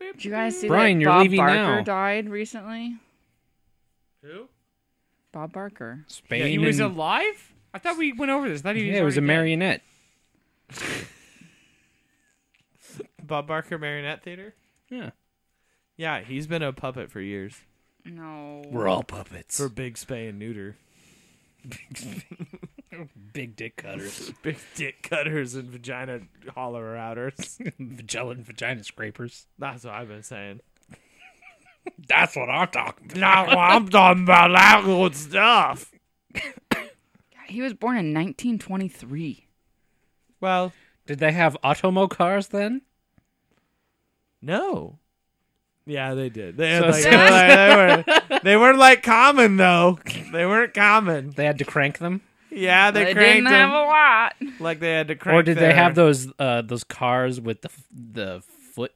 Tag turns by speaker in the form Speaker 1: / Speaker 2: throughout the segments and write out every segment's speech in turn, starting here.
Speaker 1: Did you guys see
Speaker 2: Brian,
Speaker 1: that
Speaker 2: you're
Speaker 1: Bob
Speaker 2: leaving
Speaker 1: Barker
Speaker 2: now.
Speaker 1: died recently?
Speaker 3: Who?
Speaker 1: Bob Barker.
Speaker 2: Spain.
Speaker 3: he was
Speaker 2: and-
Speaker 3: alive? I thought we went over this. I thought he was
Speaker 2: yeah, it was a
Speaker 3: already
Speaker 2: marionette.
Speaker 3: dead. Bob Barker Marionette Theater?
Speaker 2: Yeah.
Speaker 3: Yeah, he's been a puppet for years.
Speaker 1: No.
Speaker 2: all puppets.
Speaker 3: For Big Spay and Neuter.
Speaker 2: big dick cutters,
Speaker 3: Big dick cutters and vagina hollerer outers.
Speaker 2: gelin vagina scrapers.
Speaker 3: That's what I've been saying.
Speaker 2: That's what I'm talking about.
Speaker 3: Not what I'm talking about. That good stuff.
Speaker 1: He was born in 1923.
Speaker 3: Well,
Speaker 2: Did they have automo cars then?
Speaker 3: no. Yeah, they did. They, had
Speaker 2: So-
Speaker 3: like, they, were, they weren't like common, though. They weren't common.
Speaker 2: They had to crank them,
Speaker 3: Yeah, they,
Speaker 1: They
Speaker 3: cranked
Speaker 1: didn't have
Speaker 3: them.
Speaker 1: a lot.
Speaker 3: Like they had to crank
Speaker 2: or did they have
Speaker 3: their-
Speaker 2: those uh, those cars with the f- the foot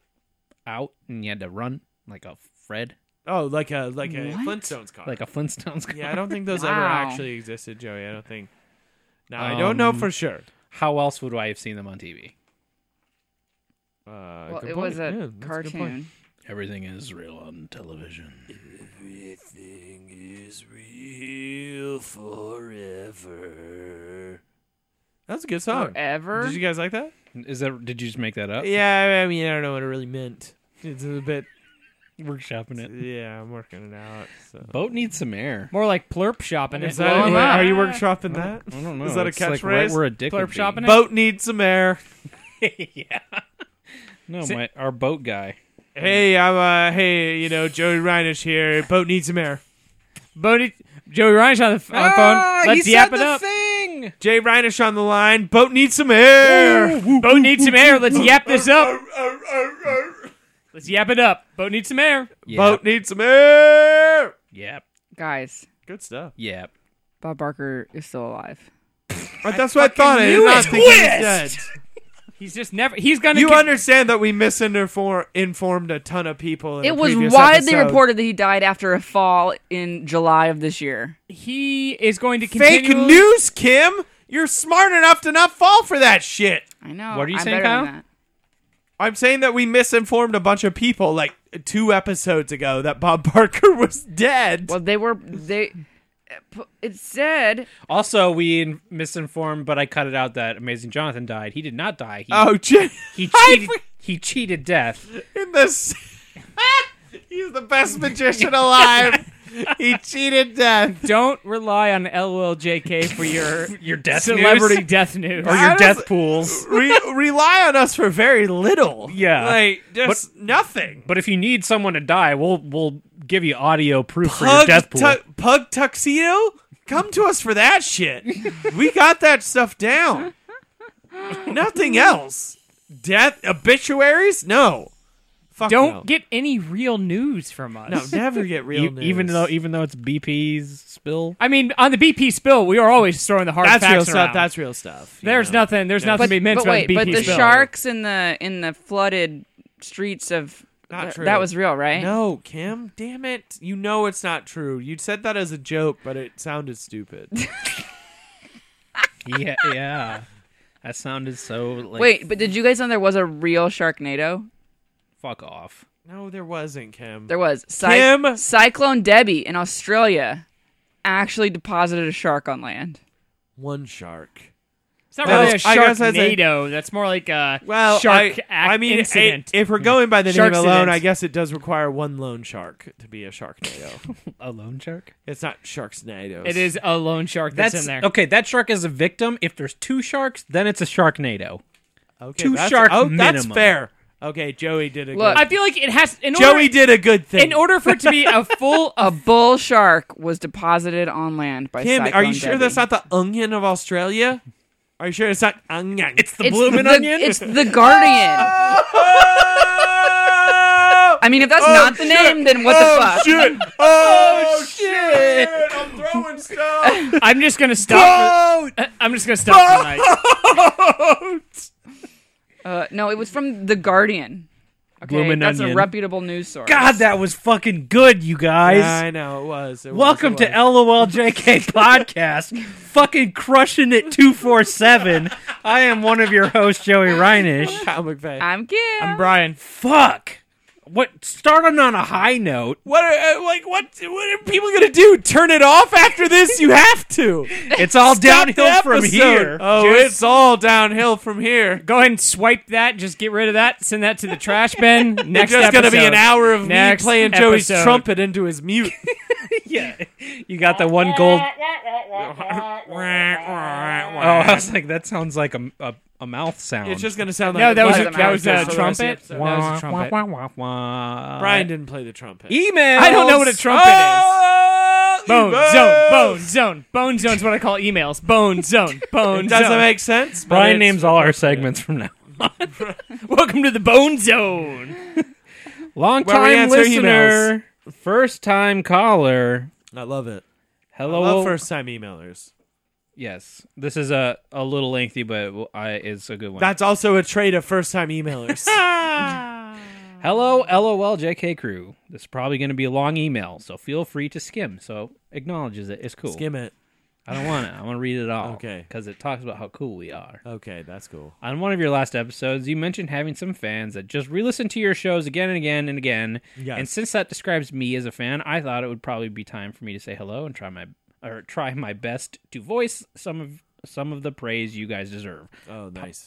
Speaker 2: out and you had to run like a Fred,
Speaker 3: Oh, like a like a
Speaker 1: What?
Speaker 3: Flintstones car.
Speaker 2: like a Flintstones car?
Speaker 3: yeah, I don't think those ever
Speaker 1: Wow.
Speaker 3: actually existed, Joey. I don't think. No, I don't know
Speaker 2: Um,
Speaker 3: for sure.
Speaker 2: How else would I have seen them on TV?
Speaker 3: Uh,
Speaker 1: Well,
Speaker 3: good
Speaker 1: it
Speaker 3: point.
Speaker 1: was
Speaker 3: Yeah,
Speaker 1: a
Speaker 3: that's good point.
Speaker 1: cartoon.
Speaker 2: Everything is real on television.
Speaker 3: Everything is real forever. That's a good song.
Speaker 1: Forever.
Speaker 3: Did you guys like that?
Speaker 2: Is that? Did you just make that
Speaker 1: Oh.
Speaker 2: up?
Speaker 3: Yeah, I mean, I don't know what it really meant. It's a bit.
Speaker 2: Workshopping it.
Speaker 3: Yeah, I'm working it out. So.
Speaker 2: Boat needs some air.
Speaker 4: More like plurp shopping it.
Speaker 3: Is that,
Speaker 1: Blow 'em
Speaker 3: are you
Speaker 1: up.
Speaker 3: workshopping
Speaker 2: I
Speaker 3: that?
Speaker 2: don't- I don't know.
Speaker 3: Is that a
Speaker 2: it's like right
Speaker 3: catchphrase?
Speaker 2: where a dick
Speaker 4: Blurb
Speaker 2: would be.
Speaker 4: shopping
Speaker 3: Boat needs some air.
Speaker 2: yeah. No, my our boat guy.
Speaker 3: Hey, I'm uh, hey, you know, Joey Reinish here. Boat needs some air.
Speaker 4: Bodie, Joey Ryan's on the, f- on the
Speaker 3: Ah,
Speaker 4: phone. Let's yap it up.
Speaker 2: thing.
Speaker 3: Jay Reinish on the line. Boat needs some air.
Speaker 4: Boat needs some air. Let's yap this up. Let's yap it up. Boat needs some air.
Speaker 3: Boat needs some air.
Speaker 2: Yep.
Speaker 1: guys,
Speaker 3: Good stuff.
Speaker 2: Yep.
Speaker 1: Bob Barker is still alive.
Speaker 3: But that's what I thought. I did not think he was dead.
Speaker 4: He's just never. He's gonna.
Speaker 3: You
Speaker 4: con-
Speaker 3: understand that we misinformed informed a ton of people. In a
Speaker 1: It was
Speaker 3: previous
Speaker 1: widely
Speaker 3: episode.
Speaker 1: reported that he died after a fall in July of this year.
Speaker 4: he is going to
Speaker 3: Fake
Speaker 4: continually-
Speaker 3: news, Kim. You're smart enough to not fall for that shit.
Speaker 1: I know.
Speaker 2: What are you
Speaker 1: I'm
Speaker 2: saying,
Speaker 1: better than
Speaker 2: Kyle?
Speaker 1: that.
Speaker 3: I'm saying that we misinformed a bunch of people like two episodes ago that Bob Barker was dead.
Speaker 1: Well, they were they. It said
Speaker 2: Also, we in- misinformed, but I cut it out that Amazing Jonathan died. He did not die. He,
Speaker 3: Oh, Jay.
Speaker 2: he
Speaker 3: I
Speaker 2: cheated. he cheated death.
Speaker 3: in this. He's the best magician alive. he cheated death.
Speaker 4: Don't rely on LOLJK for your
Speaker 2: Your death
Speaker 4: celebrity
Speaker 2: news?
Speaker 4: death news.
Speaker 2: or your
Speaker 3: How
Speaker 2: death
Speaker 3: does-
Speaker 2: pools.
Speaker 3: Re- rely on us for very little.
Speaker 2: Yeah.
Speaker 3: like just nothing.
Speaker 2: But if you need someone to die, we'll we'll give you audio proof for your
Speaker 3: Pug,
Speaker 2: death pool.
Speaker 3: tu- pug tuxedo, come to us for that shit. we got that stuff down. nothing else. Death obituaries? No. Fuck
Speaker 4: Don't
Speaker 3: no.
Speaker 4: get any real news from us.
Speaker 3: no. Never get real
Speaker 2: E-
Speaker 3: news.
Speaker 2: even though even though it's BP's spill.
Speaker 4: I mean, on the BP spill, we are always throwing the hard
Speaker 3: that's
Speaker 4: facts
Speaker 3: real
Speaker 4: around.
Speaker 3: stuff. That's real stuff. you
Speaker 4: there's
Speaker 3: know.
Speaker 4: nothing. There's nothing to be meant
Speaker 1: but
Speaker 4: about
Speaker 1: wait,
Speaker 4: the BP
Speaker 1: but the
Speaker 4: spill.
Speaker 1: sharks in the in the flooded streets of
Speaker 3: Not
Speaker 1: th-
Speaker 3: true.
Speaker 1: that was real, right?
Speaker 3: No, Kim. Damn it. You know it's not true. You said that as a joke, but it sounded stupid.
Speaker 2: yeah, yeah. That sounded so like
Speaker 1: Wait, but did you guys know there was a real Sharknado?
Speaker 2: fuck off.
Speaker 3: no, there wasn't, Kim.
Speaker 1: There was. Cy-
Speaker 3: Kim!
Speaker 1: Cyclone Debbie in Australia actually deposited a shark on land.
Speaker 3: One shark.
Speaker 4: It's not
Speaker 3: That
Speaker 4: really a
Speaker 3: is- I guess
Speaker 4: shark
Speaker 3: that's a-
Speaker 4: NATO. That's more like a
Speaker 3: Well,
Speaker 4: shark
Speaker 3: I,
Speaker 4: act
Speaker 3: I mean,
Speaker 4: incident.
Speaker 3: i- if we're going by the name alone,
Speaker 4: Sharkcident.
Speaker 3: I guess it does require one lone shark to be a sharknado.
Speaker 2: A loan shark?
Speaker 3: it's not sharknados.
Speaker 4: it is a lone shark that's,
Speaker 2: That's
Speaker 4: in there.
Speaker 2: okay. That shark is a victim. If there's two sharks, then it's a sharknado.
Speaker 3: okay,
Speaker 2: two
Speaker 3: that's-
Speaker 2: shark
Speaker 3: Oh, that's
Speaker 2: minimum.
Speaker 3: fair. Okay, Joey did a
Speaker 1: Look,
Speaker 4: I feel like it has. In
Speaker 3: good. Joey
Speaker 4: order,
Speaker 3: did a good thing.
Speaker 4: in order for it to be a full
Speaker 1: A bull shark was deposited on land by
Speaker 3: Kim,
Speaker 1: Cyclone
Speaker 3: are you sure
Speaker 1: Debbie.
Speaker 3: that's not the onion of Australia? Are you sure it's not onion?
Speaker 2: It's the
Speaker 1: it's
Speaker 2: blooming
Speaker 1: the,
Speaker 2: onion.
Speaker 1: It's the Guardian.
Speaker 3: Oh!
Speaker 1: I mean, if that's not the name, then what the fuck?
Speaker 2: Oh,
Speaker 3: shit! Oh shit! I'm throwing throwing stuff.
Speaker 4: I'm just gonna stop. For, I'm just gonna stop tonight.
Speaker 1: Uh, no, it was from The Guardian. Okay,
Speaker 4: Bloomin'
Speaker 1: that's a
Speaker 4: Onion.
Speaker 1: reputable news source.
Speaker 2: God, that was fucking good, you guys.
Speaker 3: Yeah, I know it was. It was,
Speaker 2: Welcome
Speaker 3: it
Speaker 2: to
Speaker 3: was.
Speaker 2: LOLJK podcast. fucking crushing it 247. I am one of your hosts, Joey Reinish.
Speaker 3: Comic Bay.
Speaker 1: I'm Kim.
Speaker 4: I'm Brian.
Speaker 2: Fuck. What starting on a high note.
Speaker 3: What are uh, like what? What are people gonna do? Turn it off after this? You have to.
Speaker 2: It's all
Speaker 3: Stop the
Speaker 2: downhill from
Speaker 3: episode.
Speaker 2: here.
Speaker 3: Oh, it's all downhill from here.
Speaker 4: Go ahead and swipe that. Just get rid of that. Send that to the trash bin.
Speaker 3: It's
Speaker 4: Next
Speaker 3: just
Speaker 4: episode.
Speaker 3: gonna be an hour of
Speaker 4: Next
Speaker 3: me playing
Speaker 4: episode.
Speaker 3: Joey's trumpet into his mute.
Speaker 2: yeah. You got the one gold. Oh, I was like, that sounds like a, a, a mouth sound.
Speaker 3: it's just gonna sound like
Speaker 4: No, that was
Speaker 1: Why
Speaker 4: a,
Speaker 1: does it
Speaker 4: that was
Speaker 1: matter?
Speaker 4: a trumpet. That
Speaker 2: Wah,
Speaker 4: was a trumpet.
Speaker 2: wah, wah, wah, wah.
Speaker 3: Brian didn't play the trumpet.
Speaker 2: Email.
Speaker 4: I don't know what a trumpet is.
Speaker 3: Oh,
Speaker 4: Bone
Speaker 3: emails.
Speaker 4: zone, bone zone, bone zone's what I call emails. Bone zone, bone
Speaker 3: It
Speaker 4: zone.
Speaker 3: doesn't make sense. but
Speaker 2: Brian
Speaker 3: it's-
Speaker 2: names all our segments from now.
Speaker 4: Welcome to the bone zone.
Speaker 2: Long
Speaker 3: Where we
Speaker 2: time
Speaker 3: answer
Speaker 2: listener, first time caller.
Speaker 3: I love it. I
Speaker 2: Hello,
Speaker 3: love first time emailers.
Speaker 2: yes. This is a a little lengthy, but I, it's a good one.
Speaker 3: That's also a trait of first time emailers.
Speaker 2: Hello, LOL, JK crew. This is probably going to be a long email, so feel free to skim. So acknowledges it. It's cool.
Speaker 3: Skim it.
Speaker 2: I don't want to. I want to read it all.
Speaker 3: Okay.
Speaker 2: Because it talks about how cool we are.
Speaker 3: Okay, that's cool.
Speaker 2: On one of your last episodes, you mentioned having some fans that just re-listen to your shows again and again and again.
Speaker 3: Yes.
Speaker 2: And since that describes me as a fan, I thought it would probably be time for me to say hello and try my or try my best to voice some of some of the praise you guys deserve.
Speaker 3: Oh, nice.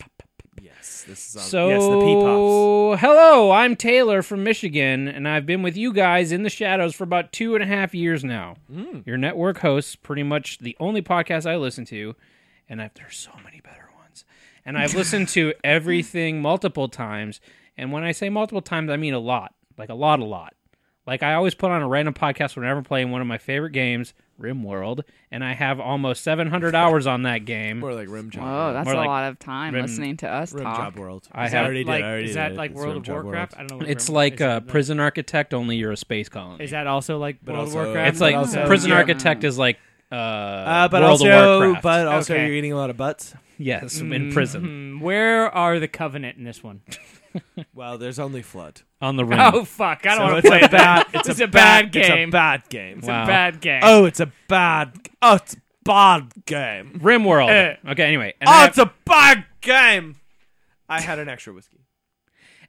Speaker 3: Yes, this is
Speaker 2: So,
Speaker 3: Uh, yes, the pee pops.
Speaker 2: hello, I'm Taylor from Michigan, and I've been with you guys in the shadows for about two and a half years now. Your network hosts pretty much the only podcast I listen to, and I've, there's so many better ones. And I've listened to everything multiple times, and when I say multiple times, I mean a lot, like a lot, a lot. Like I always put on a random podcast whenever I'm playing one of my favorite games, RimWorld, and I have almost 700 hours on that game.
Speaker 3: More like rim job.
Speaker 1: Oh, that's
Speaker 2: More
Speaker 1: a
Speaker 2: like
Speaker 1: lot of time listening to us
Speaker 3: rim
Speaker 1: talk.
Speaker 3: job world.
Speaker 2: I
Speaker 3: Is
Speaker 2: have-
Speaker 3: that already did,
Speaker 4: like,
Speaker 3: I already
Speaker 4: is that
Speaker 3: did.
Speaker 4: like
Speaker 3: It's
Speaker 4: World
Speaker 3: rim
Speaker 4: of
Speaker 3: job
Speaker 4: Warcraft?
Speaker 3: world.
Speaker 4: I don't know. What
Speaker 2: It's
Speaker 4: Rim-
Speaker 2: like
Speaker 4: is
Speaker 2: uh,
Speaker 4: that-
Speaker 2: Prison Architect, only you're a space colony.
Speaker 4: Is that also like World of
Speaker 3: uh, also-
Speaker 4: Warcraft?
Speaker 2: It's like
Speaker 3: also-
Speaker 2: Prison
Speaker 3: yeah.
Speaker 2: Architect is like uh,
Speaker 3: Uh, but
Speaker 2: World of
Speaker 3: also,
Speaker 2: Warcraft.
Speaker 3: but Mm-hmm. also,
Speaker 4: Okay.
Speaker 3: you're eating a lot of butts.
Speaker 2: yes, in prison
Speaker 4: Hmm, where are the Covenant in this one?
Speaker 3: Well, there's only flood.
Speaker 2: on the rim.
Speaker 4: Oh fuck! I don't want
Speaker 3: it's
Speaker 4: to play
Speaker 3: a bad.
Speaker 4: that.
Speaker 3: It's,
Speaker 4: It's a bad
Speaker 3: ba- It's a
Speaker 4: game.
Speaker 3: bad game.
Speaker 4: It's a
Speaker 2: Wow.
Speaker 4: bad game.
Speaker 3: Oh, it's a bad. Oh, it's a bad game.
Speaker 2: Rim World.
Speaker 4: Eh.
Speaker 2: okay, anyway, and, I
Speaker 3: Oh,
Speaker 2: have,
Speaker 3: it's a bad game. I had an extra whiskey.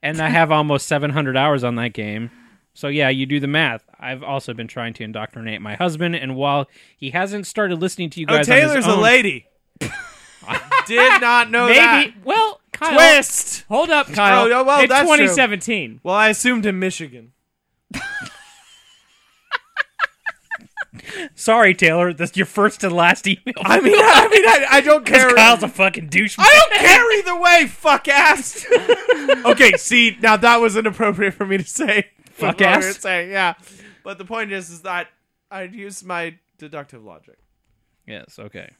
Speaker 2: and I have almost 700 hours on that game. So yeah, you do the math. I've also been trying to indoctrinate my husband, and while he hasn't started listening to you
Speaker 3: Oh,
Speaker 2: guys, on his
Speaker 3: Taylor's a
Speaker 2: own-
Speaker 3: lady. Did not know that.
Speaker 4: maybe. Well, Kyle,
Speaker 3: Twist.
Speaker 4: hold up, Kyle.
Speaker 3: Oh, well,
Speaker 4: it's
Speaker 3: that's true.
Speaker 4: 2017.
Speaker 3: Well, I assumed in Michigan.
Speaker 2: Sorry, Taylor, that's your first and last email.
Speaker 3: I mean, I mean, I, I don't care.
Speaker 2: Kyle's a fucking douchebag.
Speaker 3: I don't care either way. Fuck ass. okay, see, now that was inappropriate for me to say.
Speaker 2: Fuck
Speaker 3: What we
Speaker 2: ass?
Speaker 3: were saying, yeah. But the point is, is that I used my deductive logic.
Speaker 2: Yes, okay.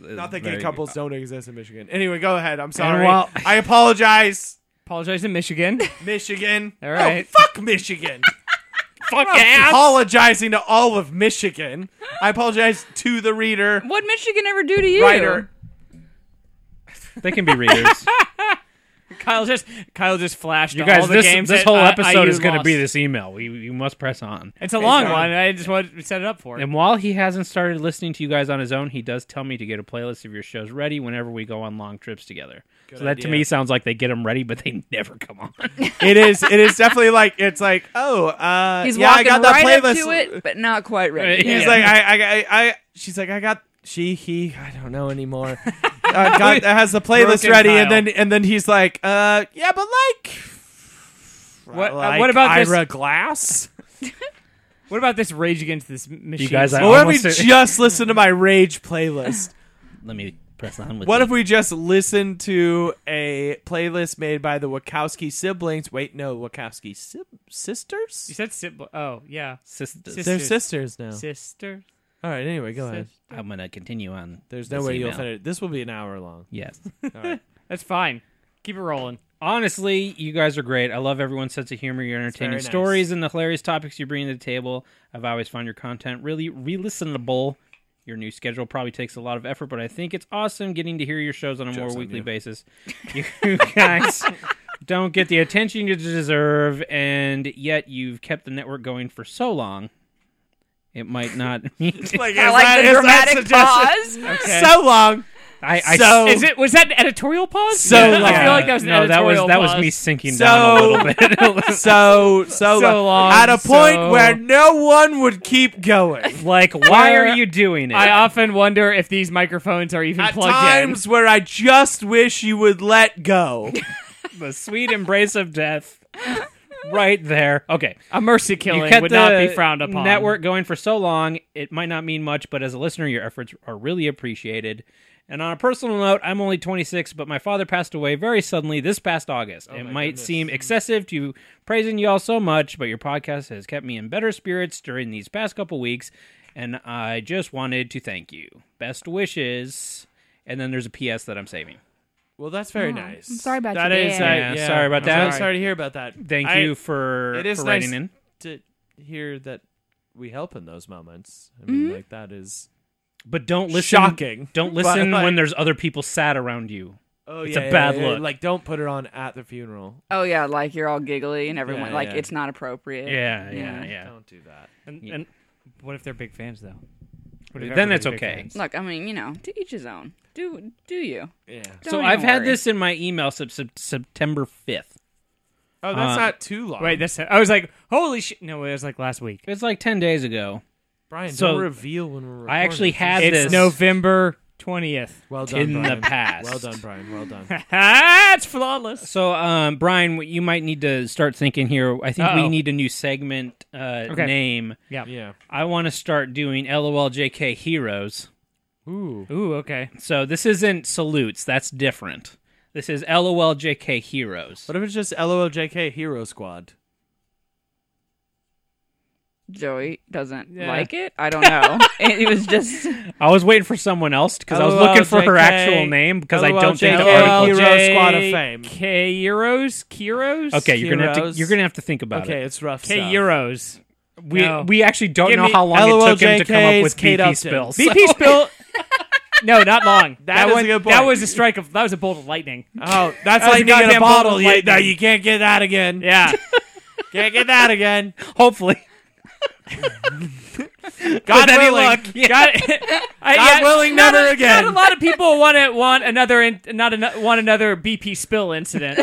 Speaker 3: Not that gay
Speaker 2: Very good.
Speaker 3: couples don't exist in Michigan. Anyway, go ahead. I'm sorry.
Speaker 2: while-
Speaker 3: I apologize,
Speaker 4: Apologize in Michigan.
Speaker 3: Michigan.
Speaker 4: All right.
Speaker 3: Oh, fuck Michigan.
Speaker 2: Fuck
Speaker 3: I'm
Speaker 2: ass.
Speaker 3: apologizing to all of Michigan. I apologize to the reader,
Speaker 1: What Michigan ever do to you?
Speaker 3: writer.
Speaker 2: They can be readers.
Speaker 4: Kyle just Kyle just flashed
Speaker 2: You
Speaker 4: all
Speaker 2: guys,
Speaker 4: the
Speaker 2: this,
Speaker 4: games.
Speaker 2: this
Speaker 4: that
Speaker 2: whole
Speaker 4: I-
Speaker 2: episode
Speaker 4: IU
Speaker 2: is going to be
Speaker 4: lost.
Speaker 2: this email. We, you must press on.
Speaker 4: It's a long
Speaker 3: sorry.
Speaker 4: one. I just want to set it up for it.
Speaker 2: And while he hasn't started listening to you guys on his own, he does tell me to get a playlist of your shows ready whenever we go on long trips together. so that to
Speaker 3: idea.
Speaker 2: me sounds like they get them ready, but they never come on.
Speaker 3: It is. It is definitely like it's like oh uh,
Speaker 1: He's
Speaker 3: yeah I
Speaker 1: walking
Speaker 3: got that
Speaker 1: right
Speaker 3: playlist.
Speaker 1: up to it, but not quite ready.
Speaker 2: Yeah.
Speaker 3: He's like I, I I I she's like I got she he I don't know anymore. uh, got has the playlist
Speaker 4: Broken
Speaker 3: ready
Speaker 4: Kyle.
Speaker 3: and then and then he's like uh yeah but like
Speaker 4: What- uh,
Speaker 3: like
Speaker 4: what about this-
Speaker 3: Ira Glass?
Speaker 4: What about this Rage Against this Machine?
Speaker 2: guys, I-
Speaker 4: song?
Speaker 3: Well, what if we
Speaker 2: almost said-
Speaker 3: just listen to my rage playlist?
Speaker 2: Let me press on with
Speaker 3: What if we just listen to a playlist made by the Wachowski siblings? Wait, no, Wachowski si-
Speaker 4: you
Speaker 3: sisters?
Speaker 4: said sibling. Oh yeah,
Speaker 2: sisters.
Speaker 4: Sis-
Speaker 3: They're
Speaker 4: sisters.
Speaker 3: sisters
Speaker 2: Oh.
Speaker 3: now.
Speaker 4: sister.
Speaker 3: All right, anyway, go ahead.
Speaker 4: Sis-
Speaker 2: I'm going to continue on.
Speaker 3: There's no
Speaker 2: this
Speaker 3: way you'll
Speaker 2: email.
Speaker 3: finish. This will be an hour long.
Speaker 2: Yes.
Speaker 3: All right.
Speaker 4: That's fine. Keep it rolling.
Speaker 2: Honestly, you guys are great. I love everyone's sense of humor, your entertaining
Speaker 4: very nice.
Speaker 2: stories, and the hilarious topics you bring to the table. I've always found your content really re-listenable. Your new schedule probably takes a lot of effort, but I think it's awesome getting to hear your shows on a more
Speaker 3: on
Speaker 2: weekly
Speaker 3: you.
Speaker 2: basis. You guys don't get the attention you deserve, and yet you've kept the network going for so long. It might not.
Speaker 3: Like,
Speaker 1: I
Speaker 3: is
Speaker 1: like
Speaker 3: that-
Speaker 1: the
Speaker 3: is that
Speaker 1: dramatic
Speaker 3: suggested-
Speaker 1: pause.
Speaker 3: So long.
Speaker 2: I, I
Speaker 3: So-
Speaker 4: Is it was that an editorial pause?
Speaker 3: So
Speaker 4: I
Speaker 3: long.
Speaker 4: feel like that was an
Speaker 2: no, that was
Speaker 4: editorial
Speaker 2: that was
Speaker 4: pause.
Speaker 2: me sinking
Speaker 3: So-
Speaker 2: down a little bit.
Speaker 3: So so,
Speaker 4: So long,
Speaker 3: At a point
Speaker 4: so-
Speaker 3: where no one would keep going.
Speaker 2: like, why are you doing it?
Speaker 4: I often wonder if these microphones are even
Speaker 3: At
Speaker 4: plugged
Speaker 3: times where I just wish you would let go.
Speaker 2: the sweet embrace of death right there okay
Speaker 4: in. A mercy
Speaker 2: you
Speaker 4: killing
Speaker 2: kept
Speaker 4: would not
Speaker 2: the
Speaker 4: be frowned upon.
Speaker 2: network going for so long it might not mean much but as a listener your efforts are really appreciated and on a personal note i'm only 26 but my father passed away very suddenly this past august
Speaker 4: Oh
Speaker 2: it might seem excessive to praising y'all so much but your podcast has kept me in better spirits during these past couple weeks and i just wanted to thank you best wishes and then there's a ps that i'm saving
Speaker 3: Well, that's very nice.
Speaker 1: I'm sorry about
Speaker 3: that
Speaker 1: your
Speaker 3: is, uh,
Speaker 1: dad.
Speaker 2: Yeah, sorry about
Speaker 3: I'm
Speaker 2: that.
Speaker 3: Sorry, sorry to hear about that.
Speaker 2: thank
Speaker 3: I-
Speaker 2: you for,
Speaker 3: it is
Speaker 2: for writing
Speaker 3: nice- to
Speaker 2: in
Speaker 3: hear that we help in those moments. I mean,
Speaker 1: Mm-hmm.
Speaker 3: like that is
Speaker 2: But don't listen.
Speaker 3: shocking.
Speaker 2: Don't
Speaker 3: But,
Speaker 2: listen
Speaker 3: like-
Speaker 2: when there's other people sad around you.
Speaker 3: Oh,
Speaker 2: It's a bad look.
Speaker 3: Like, don't put it on at the funeral.
Speaker 1: Oh yeah, like you're all giggly and everyone
Speaker 3: Yeah,
Speaker 1: like
Speaker 3: yeah.
Speaker 1: it's not appropriate.
Speaker 2: Yeah,
Speaker 1: Yeah.
Speaker 2: yeah, yeah.
Speaker 3: Don't do that.
Speaker 4: And, and what if they're big fans though? What if
Speaker 2: Then
Speaker 4: everybody's
Speaker 2: it's
Speaker 4: big
Speaker 2: okay.
Speaker 4: fans?
Speaker 1: Look, I mean, you know, to each his own. Do do you?
Speaker 3: Yeah.
Speaker 2: So
Speaker 1: Don't
Speaker 2: I've
Speaker 1: even
Speaker 2: had
Speaker 1: worry.
Speaker 2: this in my email since Sep- September 5th.
Speaker 3: Oh, that's
Speaker 2: Uh,
Speaker 3: not too long.
Speaker 4: Wait, that's I was like, holy shit! No, it was like last week.
Speaker 2: It was like 10 days ago.
Speaker 3: Brian,
Speaker 2: so-
Speaker 3: don't reveal when we're.
Speaker 2: I actually
Speaker 3: recording.
Speaker 2: had
Speaker 4: It's
Speaker 2: this
Speaker 4: November twentieth.
Speaker 3: Well done,
Speaker 2: in the
Speaker 3: Brian.
Speaker 2: past.
Speaker 3: Well done, Brian. Well done.
Speaker 4: That's flawless.
Speaker 2: So, um, Brian, what you might need to start thinking here. I think we
Speaker 4: Uh-oh.
Speaker 2: need a new segment uh,
Speaker 4: Okay.
Speaker 2: name.
Speaker 3: yeah.
Speaker 2: I want to start doing LOLJK Heroes.
Speaker 3: Ooh.
Speaker 4: Ooh, okay.
Speaker 2: So this isn't salutes. That's different. This is LOLJK Heroes.
Speaker 3: What if it's just LOLJK Hero Squad?
Speaker 1: Joey doesn't like it. I don't know. it, it was just
Speaker 2: I was waiting for someone else because I was
Speaker 3: LOL
Speaker 2: looking for her
Speaker 3: JK.
Speaker 2: actual name because I don't think the
Speaker 3: LOL JK.
Speaker 2: article.
Speaker 3: Hero Squad of
Speaker 4: J-
Speaker 3: Fame.
Speaker 4: K Euros, Kiros.
Speaker 2: Okay, you're gonna have to
Speaker 3: Heroes.
Speaker 2: you're gonna have to think about
Speaker 3: Okay,
Speaker 2: it.
Speaker 3: it's rough.
Speaker 4: K
Speaker 3: stuff.
Speaker 4: Euros.
Speaker 2: We
Speaker 4: No.
Speaker 2: we actually don't
Speaker 4: Give
Speaker 2: know
Speaker 4: me
Speaker 2: how long it took him to come up
Speaker 3: LOLJK's
Speaker 2: with
Speaker 3: Kate
Speaker 2: BP
Speaker 3: Upton.
Speaker 2: spills.
Speaker 4: BP spill. No, not long. That,
Speaker 3: is a
Speaker 4: one-
Speaker 3: good
Speaker 4: That
Speaker 3: point.
Speaker 4: was a strike of. That was a bolt of lightning.
Speaker 3: Oh, that's
Speaker 4: That was
Speaker 3: like
Speaker 4: lightning in a
Speaker 3: a
Speaker 4: goddamn bottle.
Speaker 3: bottle.
Speaker 4: bottle, You-
Speaker 3: You,
Speaker 4: lightning. no, you
Speaker 3: can't get that again.
Speaker 4: Yeah.
Speaker 3: Can't get that again.
Speaker 2: Hopefully,
Speaker 3: God
Speaker 4: any
Speaker 3: willing.
Speaker 4: luck. Got it. I,
Speaker 3: God willing,
Speaker 4: not
Speaker 3: never
Speaker 4: a,
Speaker 3: again.
Speaker 4: Not a lot of people want to want another in, not an, want another BP spill incident.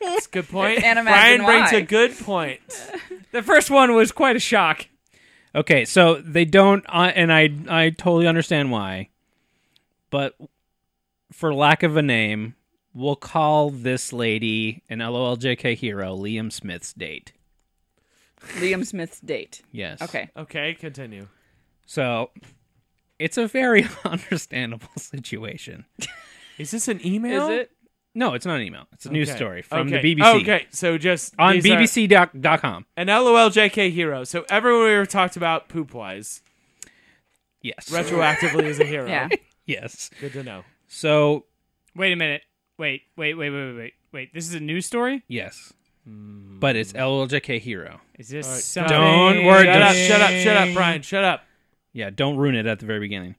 Speaker 3: That's a good point.
Speaker 1: And
Speaker 3: Brian
Speaker 1: imagine
Speaker 3: brings
Speaker 1: why.
Speaker 3: a good point.
Speaker 4: the first one was quite a shock.
Speaker 2: okay. So they don't, uh, and I I totally understand why, but for lack of a name, we'll call this lady an LOLJK hero, Liam Smith's date.
Speaker 1: Liam Smith's date.
Speaker 2: Yes.
Speaker 1: Okay.
Speaker 3: Okay, continue.
Speaker 2: So it's a very understandable situation.
Speaker 3: Is this an email?
Speaker 2: No, it's not an email. It's a news
Speaker 3: Okay.
Speaker 2: story from
Speaker 3: Okay.
Speaker 2: the BBC.
Speaker 3: Okay, so just
Speaker 2: On
Speaker 3: these are-
Speaker 2: BBC.com.
Speaker 3: an LOLJK hero. So everyone we were talked about poop wise
Speaker 2: Yes.
Speaker 3: retroactively is a hero.
Speaker 1: Yeah.
Speaker 2: yes.
Speaker 3: Good to know.
Speaker 2: So,
Speaker 4: Wait a minute. Wait, wait, wait, wait, wait, wait. Wait, this is a news story?
Speaker 2: yes. But it's LLJK Hero.
Speaker 4: Is this
Speaker 3: All right,
Speaker 4: something?
Speaker 2: Uh, don't worry,
Speaker 3: Shut up,
Speaker 2: Dang.
Speaker 3: shut up, shut up, Brian. Shut up.
Speaker 2: Yeah, don't ruin it at the very beginning.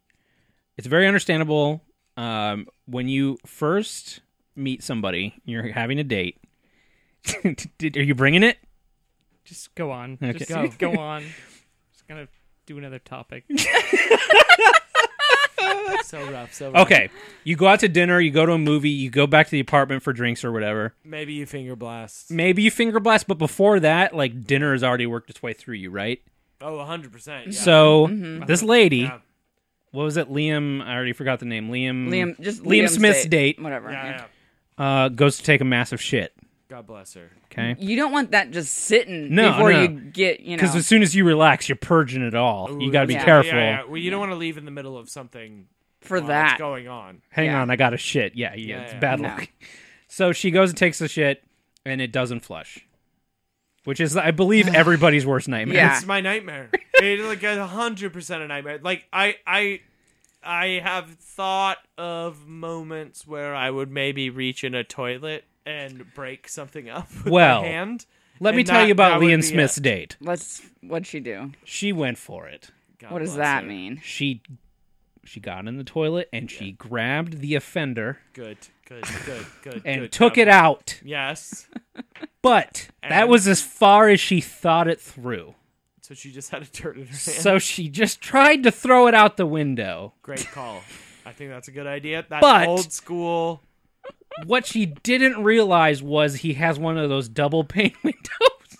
Speaker 2: It's very understandable um, when you first meet somebody, you're having a date. Did, are you bringing it?
Speaker 4: Just go on. Just
Speaker 2: Okay.
Speaker 4: go. go on. Just gonna do another topic.
Speaker 3: So rough, so rough.
Speaker 2: Okay. You go out to dinner, you go to a movie, you go back to the apartment for drinks or whatever.
Speaker 3: Maybe you finger blast.
Speaker 2: Maybe you finger blast, but before that, like dinner has already worked its way through you, right?
Speaker 3: Oh, 100%. Yeah.
Speaker 2: So
Speaker 1: Mm-hmm.
Speaker 2: this lady,
Speaker 3: Yeah.
Speaker 2: what was it? Liam, I already forgot the name. Liam.
Speaker 1: Liam just
Speaker 2: Liam
Speaker 1: Liam's
Speaker 2: Smith's
Speaker 1: date.
Speaker 2: date.
Speaker 1: Whatever.
Speaker 3: yeah,
Speaker 1: yeah.
Speaker 3: yeah.
Speaker 2: uh, goes to take a massive shit.
Speaker 3: God bless her.
Speaker 2: Okay.
Speaker 1: You don't want that just sitting
Speaker 2: No,
Speaker 1: before
Speaker 2: no.
Speaker 1: you get, you know.
Speaker 2: Because as soon as you relax, you're purging it all. you got to be
Speaker 1: yeah.
Speaker 2: careful.
Speaker 3: Yeah, yeah. Well, you don't want to leave in the middle of something
Speaker 1: for
Speaker 3: while it's
Speaker 1: that.
Speaker 3: going on.
Speaker 2: Hang
Speaker 1: Yeah.
Speaker 2: on, I got to shit. Yeah, yeah,
Speaker 3: Yeah,
Speaker 2: it's
Speaker 3: yeah.
Speaker 2: bad
Speaker 1: No.
Speaker 2: luck. So she goes and takes the shit, and it doesn't flush, which is, I believe, everybody's worst nightmare.
Speaker 1: Yeah.
Speaker 3: It's my nightmare. it's like a hundred percent a nightmare. Like I, I, I have thought of moments where I would maybe reach in a toilet and break something up with
Speaker 2: Well,
Speaker 3: my hand.
Speaker 2: Let me
Speaker 3: and
Speaker 2: tell
Speaker 3: that-
Speaker 2: you about
Speaker 3: that would
Speaker 2: Leon
Speaker 3: be
Speaker 2: Smith's
Speaker 3: it.
Speaker 2: date.
Speaker 1: Let's. What'd she do?
Speaker 2: She went for it.
Speaker 3: God
Speaker 1: What does
Speaker 3: bless
Speaker 1: that
Speaker 3: her.
Speaker 1: mean?
Speaker 2: She she got in the toilet and she grabbed the offender
Speaker 3: Good, good, good, good.
Speaker 2: and
Speaker 3: good,
Speaker 2: took it
Speaker 3: Gabby.
Speaker 2: out.
Speaker 3: Yes.
Speaker 2: But that
Speaker 3: And-
Speaker 2: was as far as she thought it through.
Speaker 3: So she just had a turd in her hand.
Speaker 2: So she just tried to throw it out the window.
Speaker 3: Great call. I think that's a good idea. That's
Speaker 2: But-
Speaker 3: old school.
Speaker 2: What she didn't realize was he has one of those double pane windows.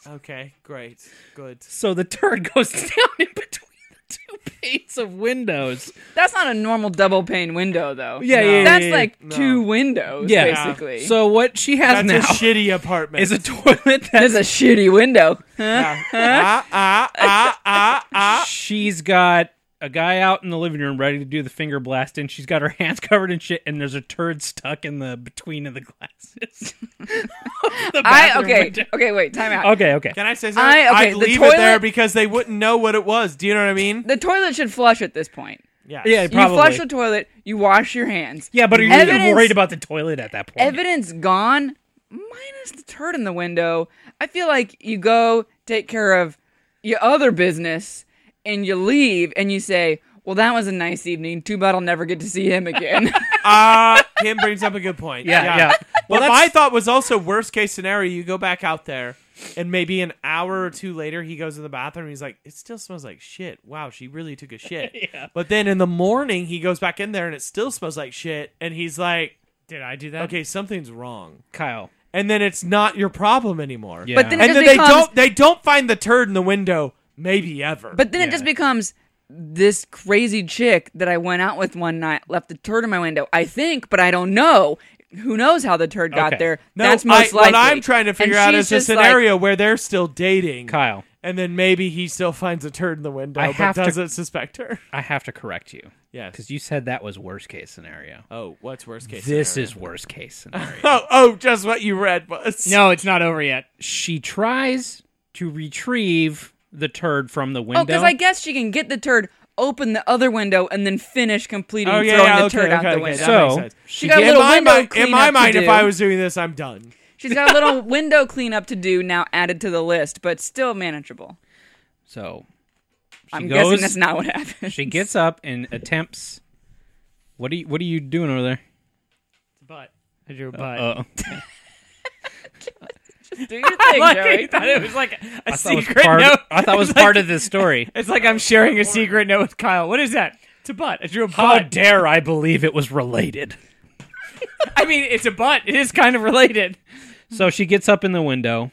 Speaker 3: Okay, great, good.
Speaker 2: So the turd goes down in between the two panes of windows.
Speaker 1: That's not a normal double pane window, though.
Speaker 2: Yeah, yeah, yeah,
Speaker 1: That's
Speaker 2: yeah,
Speaker 1: like
Speaker 3: No.
Speaker 1: two windows,
Speaker 2: Yeah.
Speaker 1: basically.
Speaker 2: So what she has
Speaker 3: That's
Speaker 2: now
Speaker 3: a shitty apartment.
Speaker 2: is a toilet that
Speaker 1: That's a shitty window.
Speaker 3: ah, ah, ah, ah, ah, ah.
Speaker 2: she's got a guy out in the living room ready to do the finger blast and she's got her hands covered in shit and there's a turd stuck in the between of the glasses. The
Speaker 1: I
Speaker 2: bathroom
Speaker 1: okay,
Speaker 2: window.
Speaker 1: okay, wait, time out.
Speaker 2: Okay, okay.
Speaker 3: Can I say something?
Speaker 1: I- okay,
Speaker 3: would
Speaker 1: the
Speaker 3: leave it
Speaker 1: toilet-
Speaker 3: there because they wouldn't know what it was. Do you know what I mean?
Speaker 1: The toilet should flush at this point.
Speaker 3: Yes.
Speaker 2: Yeah, probably.
Speaker 1: You flush the toilet, you wash your hands.
Speaker 2: yeah, but are you even
Speaker 1: Evidence-
Speaker 2: worried about the toilet at that point?
Speaker 1: Evidence gone, minus the turd in the window. I feel like you go take care of your other business and you leave and you say, Well, that was a nice evening. Too bad I'll never get to see him again.
Speaker 3: Uh, Kim brings up a good point.
Speaker 2: yeah, yeah.
Speaker 3: Well, but
Speaker 2: Well, that's,
Speaker 3: my thought was also worst case scenario. You go back out there, and maybe an hour or two later, he goes in the bathroom. He's like, "It still smells like shit." Wow, she really took a shit. But then in the morning, he goes back in there, and it still smells like shit. And he's like,
Speaker 4: Did I do that?
Speaker 3: "Okay, something's wrong."
Speaker 2: Kyle.
Speaker 3: And then it's not your problem anymore.
Speaker 2: Yeah.
Speaker 1: But then it
Speaker 3: And
Speaker 1: just
Speaker 3: then they
Speaker 1: becomes
Speaker 3: don't they don't find the turd in the window maybe ever.
Speaker 1: But then it just becomes this crazy chick that I went out with one night left the turd in my window. I think, but I don't know. Who knows how the turd got
Speaker 2: Okay.
Speaker 1: there?
Speaker 3: No,
Speaker 1: That's most
Speaker 3: I,
Speaker 1: likely.
Speaker 3: What I'm trying to
Speaker 1: And
Speaker 3: figure out
Speaker 1: she's
Speaker 3: is a
Speaker 1: just like,
Speaker 3: scenario where they're still dating,
Speaker 2: Kyle,
Speaker 3: and then maybe he still finds a turd in the window,
Speaker 2: I
Speaker 3: but
Speaker 2: have to-
Speaker 3: doesn't suspect her.
Speaker 2: I have to correct you
Speaker 3: Yes.
Speaker 2: cuz you said that was worst case scenario.
Speaker 3: Oh, what's worst case?
Speaker 2: This is worst case scenario.
Speaker 3: Oh, oh, just what you read was.
Speaker 4: No, it's not over yet.
Speaker 2: she tries to retrieve the turd from the window.
Speaker 1: oh, because I guess she can get the turd, open the other window, and then finish completing
Speaker 3: Oh yeah,
Speaker 1: throwing
Speaker 3: yeah
Speaker 1: the
Speaker 3: okay,
Speaker 1: turd out
Speaker 3: okay,
Speaker 1: the
Speaker 3: okay,
Speaker 1: window.
Speaker 3: that
Speaker 2: So-
Speaker 3: makes sense.
Speaker 1: she got a
Speaker 3: in
Speaker 1: little
Speaker 3: my
Speaker 1: window
Speaker 3: mind, in my
Speaker 1: cleanup to
Speaker 3: mind, if
Speaker 1: do.
Speaker 3: I was doing this, I'm done.
Speaker 1: She's got a little window cleanup to do now added to the list, but still manageable.
Speaker 2: so
Speaker 1: I'm
Speaker 2: goes-
Speaker 1: guessing that's not what happened.
Speaker 2: She gets up and attempts. What are you What are you doing over there?
Speaker 4: But I drew a butt.
Speaker 2: Uh,
Speaker 1: do your thing,
Speaker 4: Like, I
Speaker 1: Joey.
Speaker 4: thought it was like a
Speaker 2: I thought it was
Speaker 4: secret
Speaker 2: part.
Speaker 4: note.
Speaker 2: I thought it was
Speaker 4: It's like-
Speaker 2: part of this story.
Speaker 4: It's like I'm sharing a secret note with Kyle. What is that? It's a butt. I drew a
Speaker 2: How
Speaker 4: butt.
Speaker 2: dare I believe it was related?
Speaker 4: I mean, it's a butt. It is kind of related.
Speaker 2: So she gets up in the window,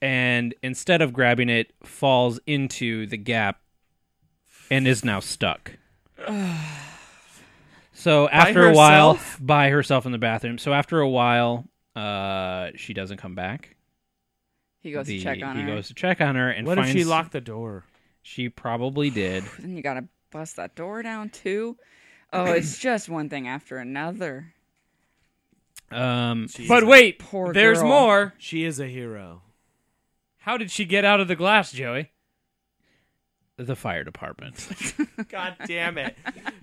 Speaker 2: and instead of grabbing it, falls into the gap, and is now stuck. So after a while,
Speaker 3: herself?
Speaker 2: by herself in the bathroom. So after a while, uh, she doesn't come back.
Speaker 1: He goes
Speaker 2: The-
Speaker 1: to check on
Speaker 2: he
Speaker 1: her.
Speaker 2: goes to check on her and
Speaker 3: What if
Speaker 2: finds
Speaker 3: she locked the door?
Speaker 2: she probably did.
Speaker 1: then you gotta bust that door down too. Oh, it's just one thing after another.
Speaker 2: Um,
Speaker 4: But wait,
Speaker 1: Poor
Speaker 4: there's
Speaker 1: girl.
Speaker 4: more.
Speaker 3: She is a hero.
Speaker 4: How did she get out of the glass, Joey?
Speaker 2: the fire department.
Speaker 3: God damn it!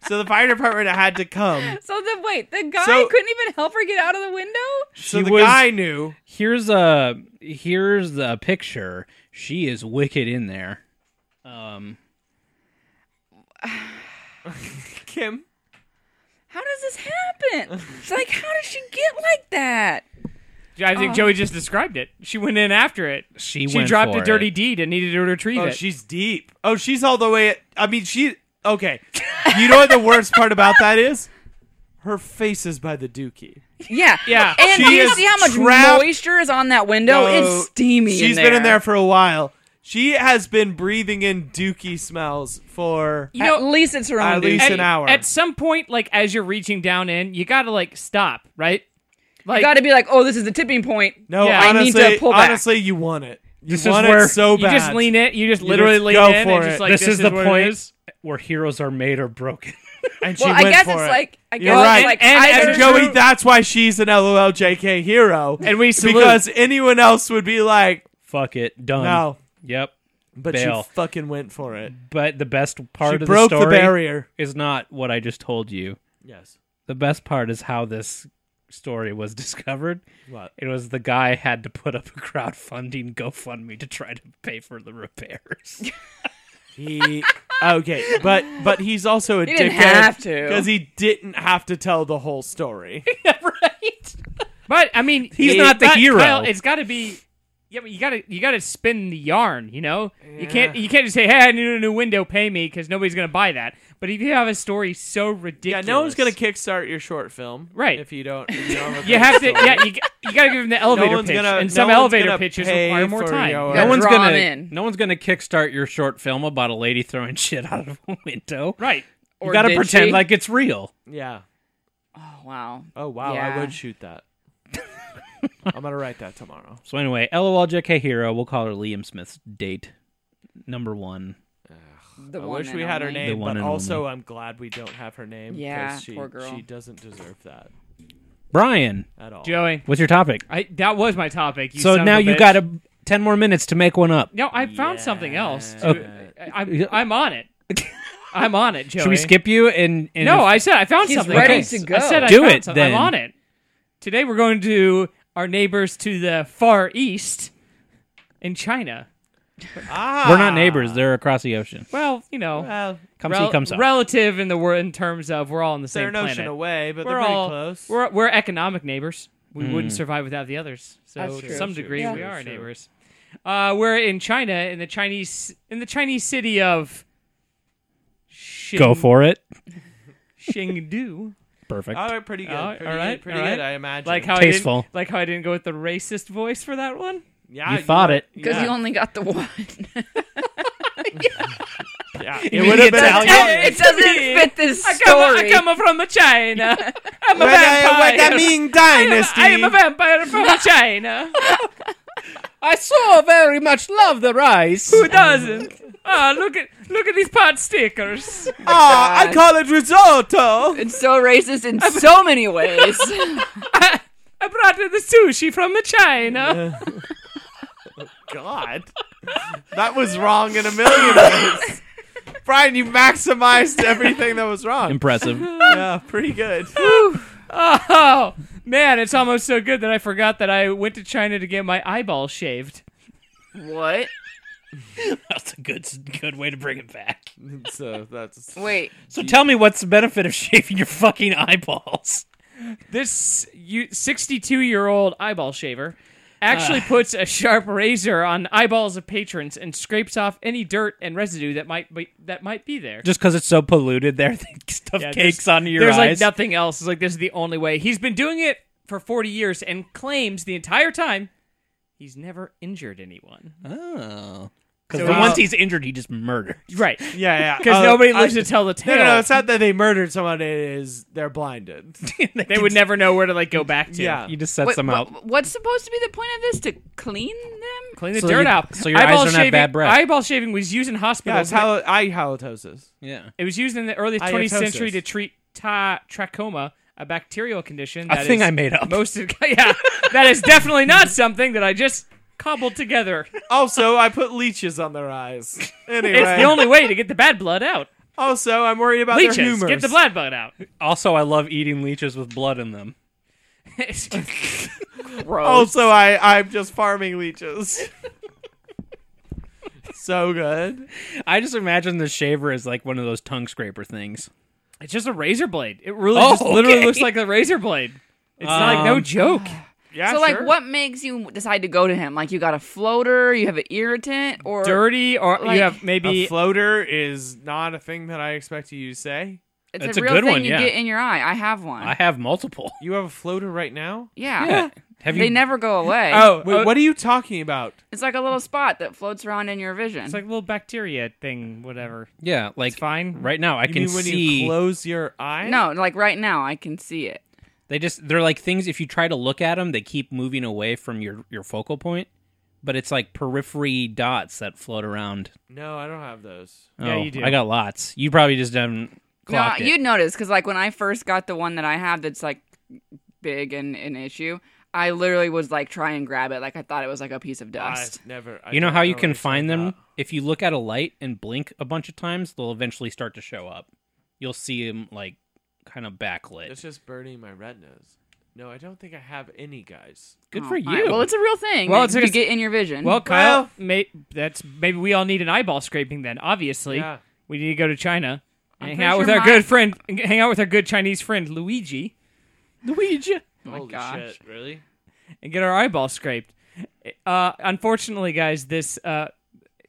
Speaker 3: So the fire department had to come.
Speaker 1: So the wait, the guy
Speaker 3: So-
Speaker 1: couldn't even help her get out of the window.
Speaker 3: So
Speaker 2: She
Speaker 3: the
Speaker 2: was-
Speaker 3: guy knew.
Speaker 2: here's a here's the picture. She is wicked in there. Um,
Speaker 3: Kim,
Speaker 1: How does this happen? It's like, how did she get like that?
Speaker 4: I
Speaker 3: Uh-huh.
Speaker 4: think Joey just described it. She went in after it.
Speaker 2: she
Speaker 4: She
Speaker 2: went
Speaker 4: dropped a
Speaker 2: for
Speaker 4: dirty
Speaker 2: it.
Speaker 4: deed and needed to retrieve
Speaker 3: Oh,
Speaker 4: it.
Speaker 3: she's deep. Oh, she's all the way. At, I mean, she. Okay. You know what the worst part about that is? Her face is by the dookie.
Speaker 1: Yeah,
Speaker 4: Yeah.
Speaker 1: And
Speaker 3: She
Speaker 1: do you
Speaker 3: is
Speaker 1: see how much
Speaker 3: trapped-
Speaker 1: moisture is on that window?
Speaker 3: So,
Speaker 1: Oh, it's steamy.
Speaker 3: Oh, She's
Speaker 1: in there.
Speaker 3: been in there for a while. She has been breathing in dookie smells for.
Speaker 4: you know,
Speaker 1: at least it's her
Speaker 3: At
Speaker 1: own.
Speaker 3: least
Speaker 1: douche.
Speaker 4: at,
Speaker 3: an hour.
Speaker 4: At some point, like as you're reaching down in, you gotta like stop, right? Like
Speaker 1: you got to be like, oh, this is the tipping point.
Speaker 3: No,
Speaker 4: Yeah. I
Speaker 3: honestly,
Speaker 1: need to pull back.
Speaker 3: honestly, you want it. You
Speaker 2: This is
Speaker 3: want it
Speaker 2: where-
Speaker 3: so
Speaker 4: you
Speaker 3: bad.
Speaker 4: just lean in. You just
Speaker 3: You
Speaker 4: literally
Speaker 3: just
Speaker 4: lean
Speaker 3: go
Speaker 4: in
Speaker 3: for
Speaker 4: and
Speaker 3: it.
Speaker 4: just like
Speaker 2: this, is the
Speaker 4: what it
Speaker 2: point
Speaker 4: is.
Speaker 2: where heroes are made or broken.
Speaker 3: And she
Speaker 1: Well, I
Speaker 3: went
Speaker 1: guess
Speaker 3: for
Speaker 1: it's
Speaker 3: it.
Speaker 1: like, I guess
Speaker 3: You're
Speaker 1: it's
Speaker 3: right.
Speaker 1: like
Speaker 4: And-
Speaker 1: either
Speaker 4: and
Speaker 3: Joey, that's why she's an LOLJK hero.
Speaker 4: And we salute.
Speaker 3: because anyone else would be like,
Speaker 2: Fuck it,
Speaker 1: Um,
Speaker 2: done.
Speaker 3: no.
Speaker 2: Yep.
Speaker 3: But
Speaker 2: Bail.
Speaker 3: she fucking went for it.
Speaker 2: But the best part
Speaker 3: she
Speaker 2: of
Speaker 3: broke
Speaker 2: the story
Speaker 3: barrier.
Speaker 2: is not what I just told you.
Speaker 3: Yes.
Speaker 2: The best part is how this story was discovered.
Speaker 3: What?
Speaker 2: It was the guy had to put up a crowdfunding GoFundMe to try to pay for the repairs.
Speaker 3: He okay, but but he's also a
Speaker 1: He didn't
Speaker 3: dickhead
Speaker 1: have to.
Speaker 3: because he didn't have to tell the whole story.
Speaker 4: But I mean,
Speaker 2: He's
Speaker 4: it-
Speaker 2: not the
Speaker 4: Kyle,
Speaker 2: hero.
Speaker 4: it's got to be. Yeah, but you gotta you gotta spin the yarn. You know, you can't you can't just say, "Hey, I need a new window. Pay me," because nobody's gonna buy that. But if you have a story so
Speaker 3: Yeah,
Speaker 4: ridiculous,
Speaker 3: no one's gonna kickstart your short film,
Speaker 4: Right.
Speaker 3: If you don't, if you, don't have a
Speaker 4: You have to.
Speaker 3: story.
Speaker 4: Yeah, you, g- you gotta give them the elevator
Speaker 3: one's
Speaker 4: pitch,
Speaker 3: gonna-
Speaker 4: and
Speaker 3: no
Speaker 4: some
Speaker 3: one's
Speaker 4: elevator
Speaker 3: gonna
Speaker 4: pitches
Speaker 3: pay
Speaker 4: require more
Speaker 3: for
Speaker 4: time.
Speaker 3: your-
Speaker 1: Yeah.
Speaker 2: no one's
Speaker 1: Draw 'em
Speaker 2: gonna
Speaker 1: in.
Speaker 2: no one's gonna kickstart your short film about a lady throwing shit out of a window.
Speaker 4: Right.
Speaker 1: Or
Speaker 2: You gotta
Speaker 1: did
Speaker 2: pretend
Speaker 1: she?
Speaker 2: like it's real.
Speaker 3: yeah.
Speaker 1: Oh, wow.
Speaker 3: Oh wow, I
Speaker 1: Yeah.
Speaker 3: would shoot that. I'm gonna write that tomorrow.
Speaker 2: So anyway, LOL JK Hero, we'll call her Liam Smith's date number one.
Speaker 1: The
Speaker 3: I
Speaker 1: one
Speaker 3: wish
Speaker 1: and
Speaker 3: we had her
Speaker 1: only.
Speaker 3: name,
Speaker 2: one
Speaker 3: but
Speaker 2: and
Speaker 3: also I'm glad we don't have her name. 'cause
Speaker 1: Yeah,
Speaker 3: she,
Speaker 1: poor girl.
Speaker 3: She doesn't deserve that
Speaker 2: Brian,
Speaker 3: at all.
Speaker 4: Joey,
Speaker 2: what's your topic?
Speaker 4: I, that was my topic. You
Speaker 2: so
Speaker 4: son of
Speaker 2: now
Speaker 4: a
Speaker 2: you
Speaker 4: bitch.
Speaker 2: got a, ten more minutes to make one up.
Speaker 4: No, I found something else.
Speaker 2: Oh.
Speaker 4: to- I, I'm- I'm on it. I'm on it, Joey.
Speaker 2: Should we skip you and, and
Speaker 4: eh? No, I said I found
Speaker 1: He's
Speaker 4: something.
Speaker 1: ready
Speaker 4: else.
Speaker 1: to go.
Speaker 4: I said I
Speaker 2: Do
Speaker 4: found
Speaker 2: it,
Speaker 4: something.
Speaker 2: then.
Speaker 4: I'm on it. Today we're going to our neighbors to the far east in China.
Speaker 3: Ah,
Speaker 2: we're not neighbors, they're across the ocean.
Speaker 4: Well, you know,
Speaker 3: Well,
Speaker 2: Come
Speaker 4: rel-
Speaker 2: see, come see.
Speaker 4: relative in the wor- in terms of we're all on the
Speaker 3: they're
Speaker 4: same
Speaker 3: an
Speaker 4: planet.
Speaker 3: ocean away, but
Speaker 4: we're
Speaker 3: they're pretty
Speaker 4: all
Speaker 3: close.
Speaker 4: we're we're economic neighbors. We wouldn't survive without the others. So
Speaker 1: That's
Speaker 4: to
Speaker 1: true.
Speaker 4: some
Speaker 3: That's true.
Speaker 4: degree,
Speaker 1: Yeah.
Speaker 4: we are
Speaker 3: That's true.
Speaker 4: neighbors. Uh, we're in China in the Chinese in the Chinese city of. Shin-
Speaker 2: Go for it.
Speaker 4: Chengdu.
Speaker 2: Perfect.
Speaker 3: all right, pretty good.
Speaker 4: All right,
Speaker 3: pretty
Speaker 4: all right,
Speaker 3: good, pretty
Speaker 4: all
Speaker 3: good.
Speaker 4: right.
Speaker 3: I imagine.
Speaker 4: Like how I
Speaker 2: Tasteful.
Speaker 4: didn't, like how I didn't go with the racist voice for that one.
Speaker 3: yeah,
Speaker 2: You thought
Speaker 3: were-
Speaker 2: it.
Speaker 1: Because
Speaker 3: yeah.
Speaker 1: you only got the one.
Speaker 3: Yeah,
Speaker 2: You
Speaker 3: it
Speaker 2: mean
Speaker 3: would
Speaker 2: the
Speaker 3: have been
Speaker 2: Italian?
Speaker 3: Italian.
Speaker 1: it doesn't fit this
Speaker 4: I come, I
Speaker 1: story.
Speaker 4: come from China. I'm a
Speaker 3: When I-
Speaker 4: vampire.
Speaker 3: when I mean dynasty.
Speaker 4: I am a vampire from China.
Speaker 2: I so very much love the rice.
Speaker 4: Who doesn't? Ah, look at look at these pot stickers.
Speaker 3: Ah, I
Speaker 1: God.
Speaker 3: call it risotto.
Speaker 1: It's so racist in so many ways.
Speaker 4: I brought the sushi from China.
Speaker 3: God, that was wrong in a million ways. Brian, you maximized everything that was wrong.
Speaker 2: Impressive.
Speaker 3: Yeah, pretty good.
Speaker 4: Oh man, it's almost so good that I forgot that I went to China to get my eyeball shaved.
Speaker 1: what?
Speaker 2: That's a good good way to bring it back.
Speaker 3: so that's
Speaker 1: Wait.
Speaker 2: So tell me what's the benefit of shaving your fucking eyeballs?
Speaker 4: This you 62 year old eyeball shaver actually puts a sharp razor on eyeballs of patrons and scrapes off any dirt and residue that might be that might be there.
Speaker 2: Just because it's so polluted there, the stuff
Speaker 4: Yeah,
Speaker 2: cakes
Speaker 4: there's-
Speaker 2: onto your
Speaker 4: there's
Speaker 2: eyes.
Speaker 4: like nothing else. It's like this is the only way. He's been doing it for 40 years and claims the entire time he's never injured anyone.
Speaker 2: oh. Because
Speaker 4: So
Speaker 2: the
Speaker 4: he's-
Speaker 2: once he's injured, he just murdered.
Speaker 4: Right.
Speaker 3: yeah, yeah.
Speaker 4: Because
Speaker 3: Oh,
Speaker 4: nobody
Speaker 3: I-
Speaker 4: lives to tell the
Speaker 3: No,
Speaker 4: tale.
Speaker 3: no, no, it's not that they murdered someone. It is they're blinded.
Speaker 4: they would never know where to like go back to.
Speaker 3: yeah,
Speaker 2: You just set
Speaker 1: Wait,
Speaker 2: some
Speaker 1: what-
Speaker 2: out.
Speaker 1: what's supposed to be the point of this? To clean them?
Speaker 4: Clean the
Speaker 2: So
Speaker 4: dirt
Speaker 2: you-
Speaker 4: out.
Speaker 2: so your eyes
Speaker 4: eyeball
Speaker 2: don't have
Speaker 4: shaving,
Speaker 2: bad breath.
Speaker 4: Eyeball shaving was used in
Speaker 3: yeah.
Speaker 4: hospitals.
Speaker 3: It's how eye halitosis.
Speaker 2: Yeah.
Speaker 4: It was used in the early 20th
Speaker 3: Iatosis.
Speaker 4: century to treat ta- trachoma, a bacterial condition.
Speaker 2: A
Speaker 4: that
Speaker 2: thing
Speaker 4: is
Speaker 2: I made up.
Speaker 4: Most of, yeah, that is definitely not something that I just cobbled together.
Speaker 3: Also, I put leeches on their eyes. Anyway,
Speaker 4: It's the only way to get the bad blood out.
Speaker 3: also I'm worried about their
Speaker 4: Leeches,
Speaker 3: humors.
Speaker 4: get the bad blood out.
Speaker 2: Also, I love eating leeches with blood in them.
Speaker 1: Gross.
Speaker 3: Also, I I'm just farming leeches. so good.
Speaker 2: I just imagine the shaver is like one of those tongue scraper things.
Speaker 4: it's just a razor blade. It really
Speaker 2: Oh,
Speaker 4: just literally
Speaker 2: okay.
Speaker 4: looks like a razor blade. It's not like no
Speaker 2: Um,
Speaker 4: joke.
Speaker 3: Yeah.
Speaker 1: so, like,
Speaker 3: sure.
Speaker 1: what makes you decide to go to him? Like, you got a floater, you have an irritant, or
Speaker 4: Dirty, or
Speaker 1: like-
Speaker 4: you have
Speaker 3: A
Speaker 4: maybe
Speaker 3: floater is not a thing that I expect you to say.
Speaker 1: it's
Speaker 2: That's
Speaker 1: a
Speaker 2: a
Speaker 1: real
Speaker 2: good
Speaker 1: thing
Speaker 2: one,
Speaker 1: you
Speaker 2: yeah.
Speaker 1: get in your eye. I have one.
Speaker 2: I have multiple.
Speaker 3: You have a floater right now?
Speaker 1: yeah.
Speaker 2: Have
Speaker 1: They
Speaker 2: you?
Speaker 1: never go away.
Speaker 2: Oh,
Speaker 3: Wait, what are you talking about?
Speaker 1: It's like a little spot that floats around in your vision.
Speaker 4: it's like a little bacteria thing, whatever.
Speaker 2: yeah, like
Speaker 4: It's fine.
Speaker 2: right now I
Speaker 3: You
Speaker 2: can
Speaker 3: mean when
Speaker 2: see.
Speaker 3: you close your eye?
Speaker 1: no, like right now, I can see it.
Speaker 2: They just they're like things. If you try to look at them, they keep moving away from your your focal point. But it's like periphery dots that float around.
Speaker 3: No, I don't have those.
Speaker 4: Yeah,
Speaker 2: Oh,
Speaker 4: you do.
Speaker 2: I got lots. You probably just done clocked
Speaker 1: no,
Speaker 2: it.
Speaker 1: you'd notice because like when I first got the one that I have that's like big and an issue, I literally was like try and grab it like I thought it was like a piece of
Speaker 3: I
Speaker 1: dust.
Speaker 3: never. I
Speaker 2: You know
Speaker 3: don't
Speaker 2: how you can
Speaker 3: understand
Speaker 2: find them?
Speaker 3: that.
Speaker 2: If you look at a light and blink a bunch of times, they'll eventually start to show up. You'll see them like kind of backlit.
Speaker 3: It's just burning my retinas. No, I don't think I have any guys.
Speaker 2: Good
Speaker 1: Oh,
Speaker 2: for
Speaker 1: all
Speaker 2: you.
Speaker 1: right. Well, it's a real thing.
Speaker 4: Well,
Speaker 1: Well,
Speaker 4: it's
Speaker 1: it's you
Speaker 4: like a-
Speaker 1: get in your vision.
Speaker 4: Well,
Speaker 3: Well-
Speaker 4: Kyle, may, that's maybe we all need an eyeball scraping then. Obviously,
Speaker 3: Yeah.
Speaker 4: we need to go to China, and hang
Speaker 1: pretty
Speaker 4: out with
Speaker 1: sure
Speaker 4: our
Speaker 1: my-
Speaker 4: good friend, hang out with our good Chinese friend Luigi,
Speaker 2: Luigi.
Speaker 1: oh my
Speaker 3: Holy
Speaker 1: gosh.
Speaker 3: shit, really?
Speaker 4: and get our eyeball scraped. Uh, unfortunately, guys, this uh,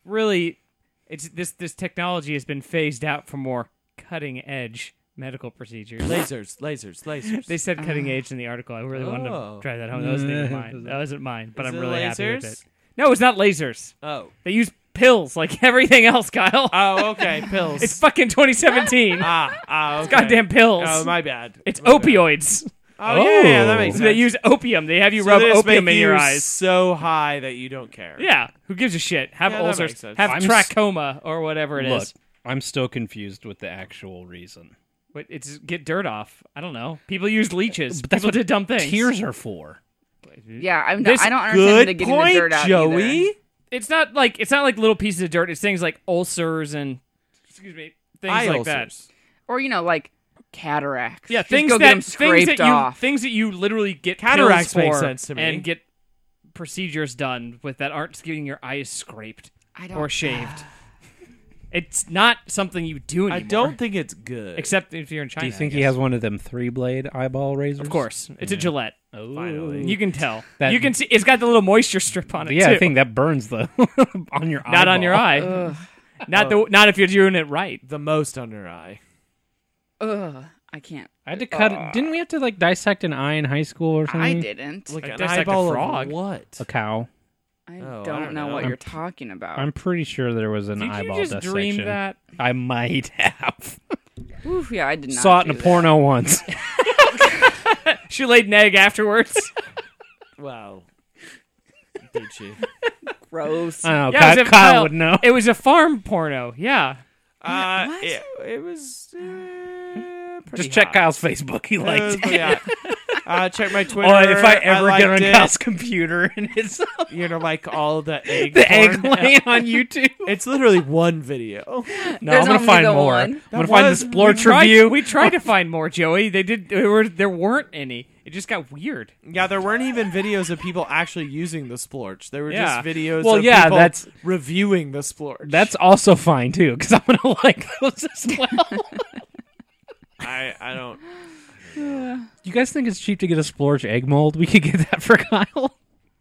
Speaker 4: really, it's this this technology has been phased out for more cutting edge medical procedures.
Speaker 3: Lasers, lasers, lasers.
Speaker 4: They said cutting edge in the article. I really wanted to
Speaker 3: Ah. Oh.
Speaker 4: try that home. That wasn't even mine. That wasn't mine, but
Speaker 3: Is
Speaker 4: I'm
Speaker 3: it
Speaker 4: really happy with
Speaker 3: lasers?
Speaker 4: it. No, it's not lasers.
Speaker 3: oh.
Speaker 4: They use pills like everything else, Kyle.
Speaker 3: Oh, okay. Pills.
Speaker 4: It's fucking 2017.
Speaker 3: ah, ah, okay.
Speaker 4: Goddamn pills.
Speaker 3: Oh, my bad.
Speaker 4: it's
Speaker 3: My bad.
Speaker 4: opioids.
Speaker 3: Oh, yeah, yeah, that makes
Speaker 4: So
Speaker 3: sense.
Speaker 4: they use opium. They have you
Speaker 3: So
Speaker 4: rub
Speaker 3: they just
Speaker 4: opium
Speaker 3: make
Speaker 4: in your
Speaker 3: you
Speaker 4: eyes.
Speaker 3: So high that you don't care.
Speaker 4: Yeah. Who gives a shit? Have
Speaker 3: Yeah, that
Speaker 4: ulcers.
Speaker 3: makes sense.
Speaker 4: Have
Speaker 2: I'm s-
Speaker 4: trachoma or whatever it is.
Speaker 2: Look, I'm still confused with the actual reason.
Speaker 4: But it's get dirt off. I don't know. People use leeches. But People did dumb things.
Speaker 2: Tears are for.
Speaker 1: Yeah, I'm not,
Speaker 3: This
Speaker 1: I don't understand the
Speaker 3: good
Speaker 1: getting the
Speaker 3: point,
Speaker 1: dirt out
Speaker 3: Joey.
Speaker 1: either.
Speaker 4: It's not like it's not like little pieces of dirt. It's things like ulcers and excuse me things
Speaker 3: Eye
Speaker 4: like that.
Speaker 3: ulcers.
Speaker 1: Or you know, like cataracts.
Speaker 4: Yeah,
Speaker 1: Just
Speaker 4: things
Speaker 1: go
Speaker 4: that
Speaker 1: get them
Speaker 4: things
Speaker 1: scraped
Speaker 4: that you
Speaker 1: off.
Speaker 4: things that you literally get
Speaker 3: Cataracts
Speaker 4: pills
Speaker 3: make
Speaker 4: for
Speaker 3: sense to me.
Speaker 4: and get procedures done with that aren't getting your eyes scraped
Speaker 1: I don't,
Speaker 4: or shaved. it's not something you do anymore.
Speaker 3: I don't think it's good.
Speaker 4: except if you're in China.
Speaker 2: Do you think
Speaker 4: I
Speaker 2: he
Speaker 4: guess.
Speaker 2: has one of them three blade eyeball razors?
Speaker 4: Of course, it's a Gillette.
Speaker 3: Finally.
Speaker 4: You can tell.
Speaker 2: That-
Speaker 4: you can see it's got the little moisture strip on it.
Speaker 2: Yeah,
Speaker 4: too.
Speaker 2: I think that burns the on your
Speaker 4: not on your
Speaker 2: eyeball.
Speaker 4: eye. Not the not if you're doing it right.
Speaker 3: the most under eye.
Speaker 1: Ugh, I can't.
Speaker 2: I had to cut. didn't we have to like dissect an eye in high school or something?
Speaker 1: I didn't.
Speaker 3: Like an
Speaker 4: that's like a
Speaker 3: eyeball of
Speaker 4: frog.
Speaker 3: what?
Speaker 2: A cow.
Speaker 1: I
Speaker 3: Oh, I
Speaker 1: don't,
Speaker 3: don't
Speaker 1: know,
Speaker 3: know.
Speaker 1: what
Speaker 3: I'm-
Speaker 1: you're talking about.
Speaker 2: I'm pretty sure there was an
Speaker 4: Did
Speaker 2: eyeball
Speaker 4: you just
Speaker 2: dissection.
Speaker 4: dream that?
Speaker 2: I might have
Speaker 1: Oof, yeah, I did not.
Speaker 2: saw it in
Speaker 1: do
Speaker 2: a
Speaker 1: that.
Speaker 2: porno once.
Speaker 4: She laid an egg afterwards.
Speaker 3: Wow. Did she?
Speaker 1: Gross.
Speaker 2: I don't know.
Speaker 4: Yeah,
Speaker 2: Kyle,
Speaker 4: it was a-
Speaker 2: Oh, Kyle
Speaker 4: Kyle-
Speaker 2: would know.
Speaker 4: it was a farm porno. Yeah.
Speaker 3: Uh,
Speaker 1: What? Oh.
Speaker 3: It, it was. Uh, pretty Uh,
Speaker 2: Just check
Speaker 3: hot.
Speaker 2: Kyle's Facebook. He
Speaker 3: It was
Speaker 2: liked
Speaker 3: pretty
Speaker 2: it.
Speaker 3: hot. Uh, check my Twitter.
Speaker 2: Or if I ever get on
Speaker 3: liked it.
Speaker 2: Kyle's computer and it's
Speaker 3: you know, like all the egg.
Speaker 2: the egg
Speaker 3: porn.
Speaker 2: laying on YouTube.
Speaker 3: It's literally one video.
Speaker 2: No,
Speaker 1: There's
Speaker 2: I'm gonna
Speaker 1: only
Speaker 2: find
Speaker 1: the
Speaker 2: more.
Speaker 1: one.
Speaker 2: I'm gonna
Speaker 3: That
Speaker 2: find
Speaker 3: was-
Speaker 2: the Splorch
Speaker 4: tried-
Speaker 2: review.
Speaker 4: We tried to find more, Joey. They did. There, were, there weren't any. It just got weird.
Speaker 3: Yeah, there weren't even videos of people actually using the splorch. There were
Speaker 4: Yeah.
Speaker 3: just videos.
Speaker 2: Well,
Speaker 3: of
Speaker 2: yeah,
Speaker 3: people
Speaker 2: that's-
Speaker 3: reviewing the splorch.
Speaker 2: That's also fine too, because I'm gonna like those as well.
Speaker 3: I, I don't.
Speaker 2: you guys think it's cheap to get a splorge egg mold? We could get that for Kyle.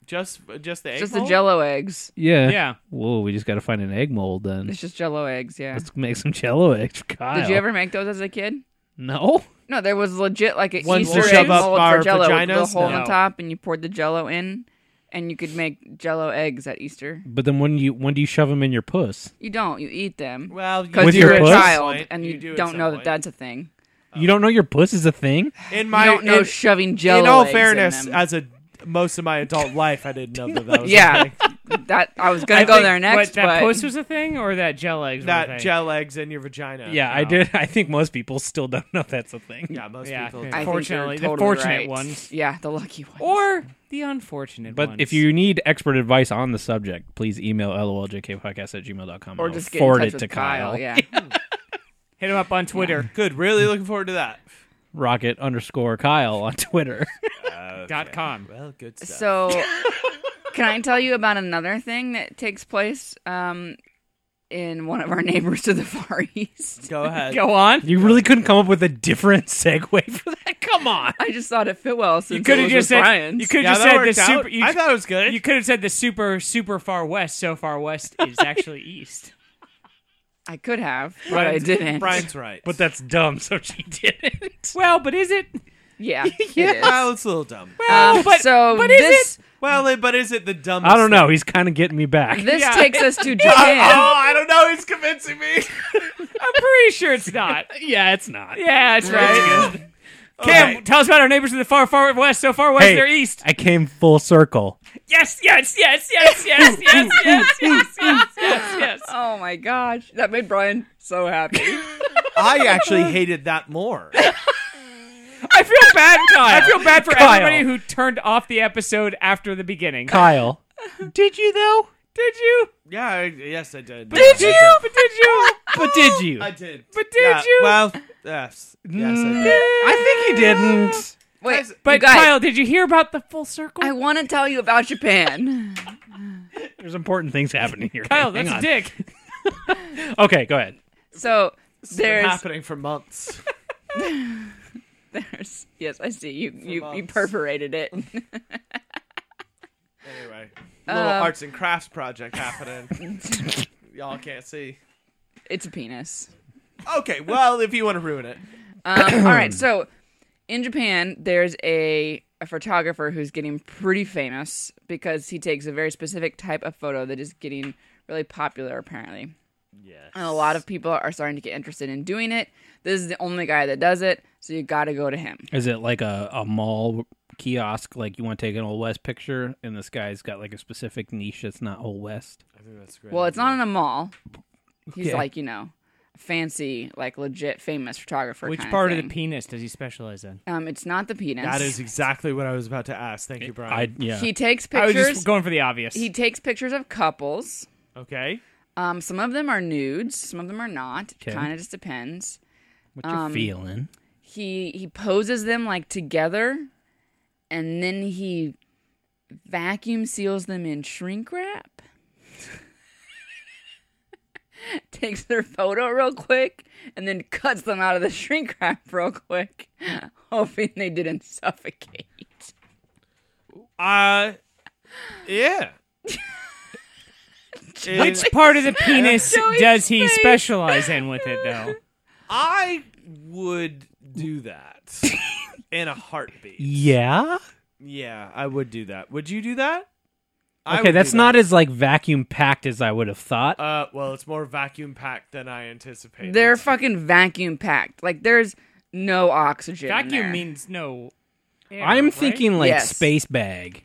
Speaker 3: Just just the egg.
Speaker 1: It's just the
Speaker 3: mold?
Speaker 1: Jello eggs.
Speaker 2: Yeah.
Speaker 4: Yeah.
Speaker 2: Whoa, we just gotta find an egg mold then.
Speaker 1: It's just Jello eggs. Yeah.
Speaker 2: Let's make some Jello eggs for Kyle.
Speaker 1: Did you ever make those as a kid?
Speaker 2: No.
Speaker 1: No, there was legit like an
Speaker 3: Ones to
Speaker 1: Easter egg
Speaker 3: shove up
Speaker 1: mold
Speaker 3: our
Speaker 1: for Jello with the
Speaker 3: vaginas?
Speaker 1: hole in
Speaker 4: No.
Speaker 1: the top, and you poured the Jello in, and you could make Jello eggs at Easter.
Speaker 2: But then when you when do you shove them in your puss?
Speaker 1: You don't. You eat them
Speaker 3: Well,
Speaker 1: because
Speaker 2: With
Speaker 1: you're
Speaker 2: your
Speaker 1: a
Speaker 2: puss?
Speaker 1: child, and you,
Speaker 3: do at
Speaker 1: don't
Speaker 3: some
Speaker 1: know
Speaker 3: point.
Speaker 1: that that's a thing.
Speaker 2: You don't know your puss is a thing?
Speaker 3: In
Speaker 1: I
Speaker 3: my
Speaker 1: don't know
Speaker 3: in,
Speaker 1: shoving Jello.
Speaker 3: in all
Speaker 1: eggs
Speaker 3: fairness,
Speaker 1: them.
Speaker 3: as a most of my adult life, I didn't know that. that was a
Speaker 1: yeah,
Speaker 3: thing.
Speaker 1: that I was gonna
Speaker 4: I
Speaker 1: go
Speaker 4: think-
Speaker 1: there next,
Speaker 4: What, that
Speaker 1: but
Speaker 4: post was a thing, or that gel eggs. were a
Speaker 3: that
Speaker 4: thing?
Speaker 3: gel eggs in your vagina.
Speaker 2: Yeah, I did. I think most people still don't know that's a thing.
Speaker 3: Yeah, most
Speaker 4: Yeah,
Speaker 3: people.
Speaker 4: I
Speaker 3: don't.
Speaker 1: I think you're
Speaker 4: Fortunately, the
Speaker 1: totally
Speaker 4: fortunate
Speaker 1: right.
Speaker 4: ones.
Speaker 1: Yeah, the lucky ones.
Speaker 4: or the unfortunate.
Speaker 2: But
Speaker 4: ones.
Speaker 2: if you need expert advice on the subject, please email loljkpodcast at gmail.com.
Speaker 1: or
Speaker 2: I'll
Speaker 1: just get in
Speaker 2: forward
Speaker 1: touch
Speaker 2: it
Speaker 1: with
Speaker 2: to
Speaker 1: Kyle.
Speaker 2: Kyle.
Speaker 1: Yeah,
Speaker 4: hit him up on Twitter
Speaker 3: Good. Really looking forward to that.
Speaker 2: Rocket underscore Kyle on Twitter.
Speaker 4: dot com.
Speaker 3: Well, good stuff.
Speaker 1: So, can I tell you about another thing that takes place um, in one of our neighbors to the far east?
Speaker 3: Go ahead.
Speaker 4: Go on.
Speaker 2: you really couldn't come up with a different segue for that? Come on.
Speaker 1: I just thought it fit well. Since
Speaker 4: You could have just said.
Speaker 1: Brian's.
Speaker 4: You could
Speaker 3: Yeah,
Speaker 4: have
Speaker 3: that
Speaker 4: just
Speaker 3: worked
Speaker 4: said the
Speaker 3: out.
Speaker 4: super. You,
Speaker 3: I thought it was good.
Speaker 4: you could have said the super super far west. So far west is actually east.
Speaker 1: I could have, but I didn't.
Speaker 3: Brian's right.
Speaker 2: But that's dumb, so she didn't.
Speaker 4: Well, but is it?
Speaker 1: yeah,
Speaker 3: well,
Speaker 1: yeah.
Speaker 3: it's a little dumb.
Speaker 4: Oh, but-
Speaker 1: so
Speaker 4: but is
Speaker 1: this
Speaker 3: Well, it- but is it the dumbest?
Speaker 2: I don't know. He's kind of getting me back.
Speaker 1: this
Speaker 4: Yeah. Oh.
Speaker 1: takes us to Japan.
Speaker 3: I don't know. He's convincing me.
Speaker 4: I'm pretty sure it's not.
Speaker 2: yeah, it's not.
Speaker 4: Yeah, that's right. Cam,
Speaker 3: Cam,
Speaker 4: tell us about our neighbors in the far, far west, so far west,
Speaker 2: Hey.
Speaker 4: they're east.
Speaker 2: I came full circle.
Speaker 4: Yes, yes, yes, yes, yes, yes, yes, yes, yes, yes, yes.
Speaker 1: Oh my gosh, that made Brian so happy.
Speaker 3: I actually hated that more.
Speaker 4: I feel bad, Kyle. I feel bad for
Speaker 2: Kyle.
Speaker 4: everybody who turned off the episode after the beginning.
Speaker 2: Kyle.
Speaker 4: Did you though? Did you?
Speaker 3: Yeah, I, yes, I did.
Speaker 4: Did you? But did you?
Speaker 2: But did you?
Speaker 3: I did.
Speaker 4: But did
Speaker 3: Yeah,
Speaker 4: you?
Speaker 3: Well, yes, yes, I did.
Speaker 2: I think he didn't.
Speaker 1: Wait,
Speaker 3: Guys,
Speaker 4: But
Speaker 1: you guys,
Speaker 4: Kyle, did you hear about the full circle?
Speaker 1: I want to tell you about Japan.
Speaker 2: There's important things happening here.
Speaker 4: Kyle,
Speaker 2: Hang
Speaker 4: that's a
Speaker 2: on.
Speaker 4: dick.
Speaker 2: Okay, go ahead.
Speaker 1: So
Speaker 3: been
Speaker 1: there's
Speaker 3: happening for months.
Speaker 1: there's yes, I see you you, you
Speaker 3: months.
Speaker 1: perforated it.
Speaker 3: anyway, little
Speaker 1: Um,
Speaker 3: arts and crafts project happening. Y'all can't see.
Speaker 1: It's a penis.
Speaker 3: Okay, well, if you want to ruin it,
Speaker 1: All
Speaker 4: Hmm.
Speaker 1: right, so in Japan, there's a, a photographer who's getting pretty famous because he takes a very specific type of photo that is getting really popular, apparently. Yes. And a lot of people are starting to get interested in doing it. This is the only guy that does it, so you got to go to him.
Speaker 2: Is it like a, a mall kiosk? Like you want to take an old west picture, and this guy's got like a specific niche that's not old west.
Speaker 1: Well, it's not in a mall. He's
Speaker 2: Okay.
Speaker 1: like you know, fancy, like legit famous photographer.
Speaker 4: Which
Speaker 1: kinda
Speaker 4: part of
Speaker 1: thing.
Speaker 4: the penis does he specialize in?
Speaker 1: Um, it's not the penis.
Speaker 3: that is exactly what I was about to ask. Thank you,
Speaker 2: I
Speaker 3: Brian.
Speaker 2: yeah.
Speaker 1: He takes
Speaker 4: I was
Speaker 1: pictures.
Speaker 4: just going for the obvious.
Speaker 1: He takes pictures of couples.
Speaker 3: okay,
Speaker 1: Um, some of them are nudes, some of them are not. It
Speaker 2: Okay.
Speaker 1: Kind of just depends.
Speaker 2: what you
Speaker 4: um,
Speaker 2: feeling?
Speaker 1: He he poses them like together, and then he vacuum seals them in shrink wrap. Takes their photo real quick and then cuts them out of the shrink wrap real quick, hoping they didn't suffocate.
Speaker 3: uh, yeah. And
Speaker 4: Which part of the penis
Speaker 1: Joey's
Speaker 4: does he
Speaker 1: face.
Speaker 4: specialize in with it though?
Speaker 3: I would do that in a heartbeat.
Speaker 2: Yeah.
Speaker 3: Yeah, I would do that. Would you do that? I
Speaker 2: Okay,
Speaker 3: would
Speaker 2: that's
Speaker 3: do
Speaker 2: not
Speaker 3: that.
Speaker 2: as like vacuum packed as I would have thought.
Speaker 3: Uh, well, it's more vacuum packed than I anticipated.
Speaker 1: They're fucking vacuum packed. Like there's no oxygen. in there.
Speaker 4: Vacuum means no. air,
Speaker 2: I'm
Speaker 4: right?
Speaker 2: thinking like
Speaker 1: Yes.
Speaker 2: space bag.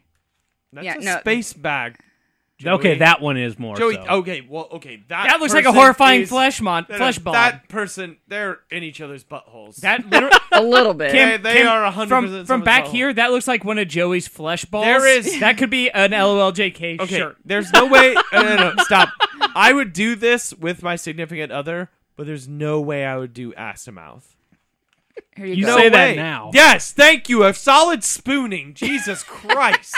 Speaker 3: That's
Speaker 1: Yeah,
Speaker 3: a
Speaker 1: no.
Speaker 3: space bag.
Speaker 2: Okay,
Speaker 3: Joey.
Speaker 2: that one is more.
Speaker 3: Joey,
Speaker 2: so.
Speaker 3: okay, well, okay, that
Speaker 4: That looks like a
Speaker 3: person
Speaker 4: horrifying
Speaker 3: is-
Speaker 4: flesh mon-
Speaker 3: that-
Speaker 4: flesh bomb. That,
Speaker 3: That person, they're in each other's buttholes.
Speaker 4: literally
Speaker 1: a little bit.
Speaker 3: Kim- They- they are 100%
Speaker 4: from from
Speaker 3: someone's
Speaker 4: back
Speaker 3: butthole.
Speaker 4: here. That looks like one of Joey's flesh balls.
Speaker 3: There is-
Speaker 4: that could be an LOLJK
Speaker 3: okay,
Speaker 4: shirt.
Speaker 3: there's no way. No, no, no, stop. I would do this with my significant other, but there's no way I would do ass to mouth.
Speaker 1: Here you,
Speaker 2: You
Speaker 1: go.
Speaker 3: No
Speaker 2: say that
Speaker 3: way.
Speaker 2: now.
Speaker 3: Yes, thank you. A solid spooning. Jesus Christ.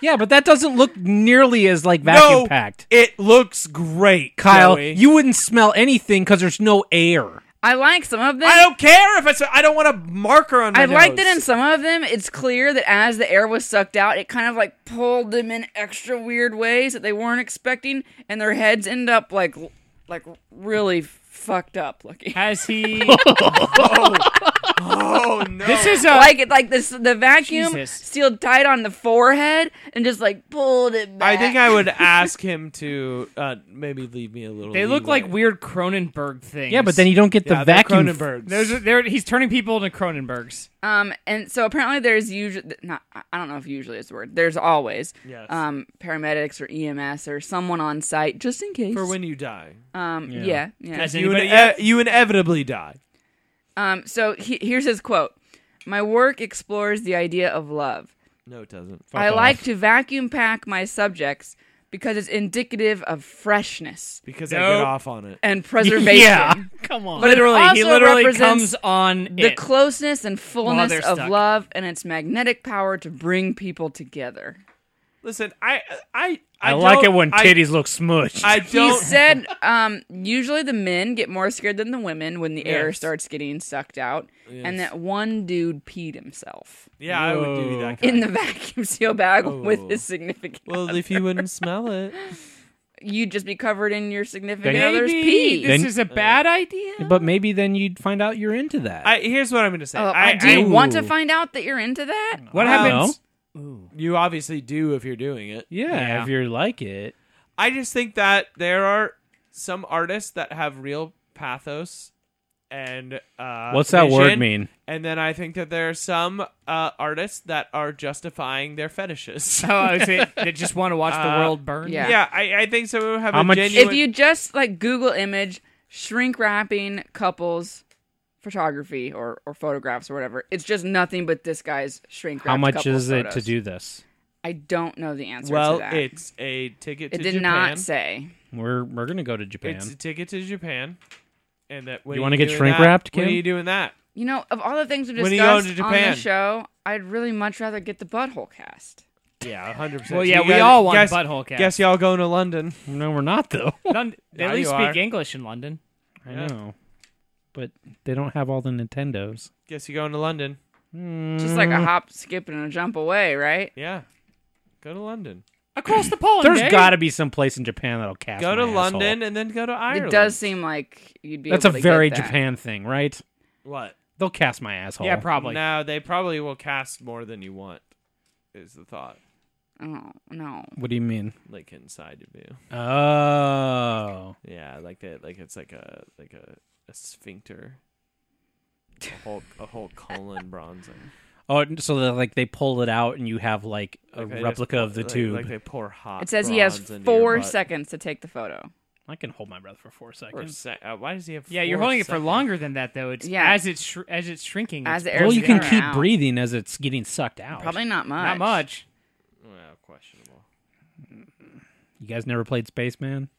Speaker 2: Yeah, but that doesn't look nearly as like vacuum
Speaker 3: no,
Speaker 2: packed.
Speaker 3: it looks great,
Speaker 2: Kyle,
Speaker 3: Joey.
Speaker 2: you wouldn't smell anything because there's no air.
Speaker 1: I like some of them.
Speaker 3: I don't care if it's. I don't want a marker on my
Speaker 1: I like
Speaker 3: nose.
Speaker 1: that in some of them, it's clear that as the air was sucked out, it kind of like pulled them in extra weird ways that they weren't expecting, and their heads end up like, l- like really fucked up looking.
Speaker 4: Has he?
Speaker 3: Oh no!
Speaker 4: this is a.
Speaker 1: Like it, like this, the vacuum
Speaker 4: Jesus.
Speaker 1: sealed tight on the forehead and just like pulled it
Speaker 3: I
Speaker 1: back.
Speaker 3: think I would ask him to uh, maybe leave me a little.
Speaker 4: they look like
Speaker 3: leeway.
Speaker 4: weird Cronenberg things.
Speaker 2: Yeah, but then you don't get the
Speaker 3: Yeah, they're
Speaker 2: vacuum.
Speaker 3: Cronenbergs.
Speaker 4: Those are, they're, he's turning people into Cronenbergs.
Speaker 1: Um, and so apparently there's usually not. I- I don't know if usually is the word. There's always
Speaker 3: Yes.
Speaker 1: um paramedics or EMS or someone on site just in case.
Speaker 3: for when you die.
Speaker 1: um, yeah, yeah.
Speaker 4: Has
Speaker 3: You,
Speaker 4: anybody?
Speaker 3: ine-
Speaker 4: yet?
Speaker 3: you inevitably die.
Speaker 1: Um, so he, here's his quote My work explores the idea of love.
Speaker 3: No, it doesn't.
Speaker 1: I like to vacuum pack my subjects because it's indicative of freshness
Speaker 3: Because I get
Speaker 4: Nope.
Speaker 3: off on it.
Speaker 1: and preservation.
Speaker 2: come on.
Speaker 1: But it
Speaker 4: literally, he
Speaker 1: also
Speaker 4: literally
Speaker 1: represents
Speaker 4: comes on
Speaker 1: The
Speaker 4: it.
Speaker 1: closeness and fullness
Speaker 4: they're
Speaker 1: of
Speaker 4: stuck.
Speaker 1: love and its magnetic power to bring people together.
Speaker 3: Listen, I, I, I,
Speaker 2: I, like
Speaker 3: don't-
Speaker 2: it when
Speaker 3: I-
Speaker 2: titties look smushed.
Speaker 3: I,
Speaker 1: He
Speaker 3: don't.
Speaker 1: said um, usually the men get more scared than the women when the air
Speaker 3: Yes.
Speaker 1: starts getting sucked out,
Speaker 3: Yes.
Speaker 1: and that one dude peed himself
Speaker 3: Yeah, I would do that. Kind
Speaker 1: in the vacuum seal bag with
Speaker 3: Oh.
Speaker 1: his significant
Speaker 3: well, if you wouldn't smell it,
Speaker 1: you'd just be covered in your significant
Speaker 2: Then-
Speaker 1: other's
Speaker 4: Maybe
Speaker 1: pee.
Speaker 4: This
Speaker 2: Then-
Speaker 4: is a bad idea.
Speaker 2: but maybe then you'd find out you're into that.
Speaker 3: I, here's what I'm going to say.
Speaker 1: Oh,
Speaker 3: I,
Speaker 1: do you
Speaker 3: I-
Speaker 1: want to
Speaker 2: Ooh.
Speaker 1: find out that you're into that?
Speaker 4: what
Speaker 3: Wow.
Speaker 4: happens?
Speaker 3: you obviously do if you're doing it.
Speaker 2: yeah,
Speaker 4: Yeah.
Speaker 2: if you like it.
Speaker 3: I just think that there are some artists that have real pathos and uh
Speaker 2: What's that word
Speaker 3: vision,
Speaker 2: mean?
Speaker 3: And then I think that there are some uh artists that are justifying their fetishes.
Speaker 4: Oh, I would say they just want to watch the world burn.
Speaker 1: Uh, yeah.
Speaker 3: yeah, I, I think some of them have
Speaker 2: How
Speaker 3: a
Speaker 2: much-
Speaker 3: genuine
Speaker 1: If you just like Google image shrink wrapping couples photography or, or photographs or whatever, it's just nothing but this guy's shrink wrapped
Speaker 2: How much
Speaker 1: couple
Speaker 2: is it to
Speaker 1: photos.
Speaker 2: do this?
Speaker 1: I don't know the answer to
Speaker 3: Well,
Speaker 1: that.
Speaker 3: it's a ticket
Speaker 1: it
Speaker 3: to
Speaker 1: did
Speaker 3: Japan.
Speaker 1: not say.
Speaker 2: We're we're gonna go to Japan.
Speaker 3: It's a ticket to Japan. And that when
Speaker 2: You
Speaker 3: want
Speaker 2: wanna
Speaker 3: to
Speaker 2: get shrink
Speaker 3: that,
Speaker 2: wrapped,
Speaker 3: When are
Speaker 2: Kim?
Speaker 3: you doing that?
Speaker 1: You know, of all the things we've
Speaker 3: When are you going
Speaker 1: discussed
Speaker 3: to
Speaker 1: on the
Speaker 3: Japan?
Speaker 1: show, I'd really much rather get the butthole cast.
Speaker 3: Yeah, hundred percent.
Speaker 4: Well, yeah, we all want butthole cast.
Speaker 3: Guess y'all going to London?
Speaker 2: No, we're not though.
Speaker 4: Lon- they
Speaker 3: Yeah,
Speaker 4: at least
Speaker 3: you
Speaker 4: speak
Speaker 3: are.
Speaker 4: English in London.
Speaker 2: I
Speaker 3: Yeah.
Speaker 2: know, but they don't have all the Nintendos.
Speaker 3: Guess you going to London?
Speaker 1: Just like
Speaker 3: Mm.
Speaker 1: a hop, skip, and a jump away, right?
Speaker 3: Yeah, go to London.
Speaker 4: Across the pond.
Speaker 2: There's
Speaker 4: eh?
Speaker 2: got to be some place in Japan that'll cast.
Speaker 3: go to
Speaker 2: my
Speaker 3: London
Speaker 2: asshole.
Speaker 3: and then go to Ireland.
Speaker 1: It does seem like you'd be.
Speaker 2: That's a
Speaker 1: able to
Speaker 2: very
Speaker 1: get that.
Speaker 2: Japan thing, right?
Speaker 3: what?
Speaker 2: They'll cast my asshole.
Speaker 4: Yeah, probably.
Speaker 3: No, they probably will cast more than you want. Is the thought
Speaker 1: Oh no.
Speaker 2: What do you mean?
Speaker 3: like inside of you?
Speaker 2: Oh,
Speaker 3: Yeah, like that. Like it's like a like a, a sphincter. A whole a whole colon bronzing.
Speaker 2: oh, so that, like they pull it out and you have like a
Speaker 3: Like they just
Speaker 2: replica
Speaker 3: pour-
Speaker 2: of the
Speaker 3: like-
Speaker 2: tube.
Speaker 3: Like they pour hot.
Speaker 1: It says he has
Speaker 3: bronze into your
Speaker 1: four
Speaker 3: butt.
Speaker 1: seconds to take the photo.
Speaker 2: I can hold my breath for
Speaker 3: Four
Speaker 2: four seconds.
Speaker 3: sec- uh, why does he have?
Speaker 4: Yeah, you're
Speaker 3: four
Speaker 4: holding it for
Speaker 3: seconds?
Speaker 4: longer than that, though. It's
Speaker 1: Yeah.
Speaker 4: as it's shr- as it's shrinking.
Speaker 1: As
Speaker 4: it's
Speaker 1: it
Speaker 2: Well,
Speaker 1: airs
Speaker 2: you can
Speaker 1: around.
Speaker 2: keep breathing as it's getting sucked
Speaker 3: Oh,
Speaker 2: out.
Speaker 1: Probably not much.
Speaker 4: not much.
Speaker 3: Well, questionable.
Speaker 2: You guys never played Spaceman?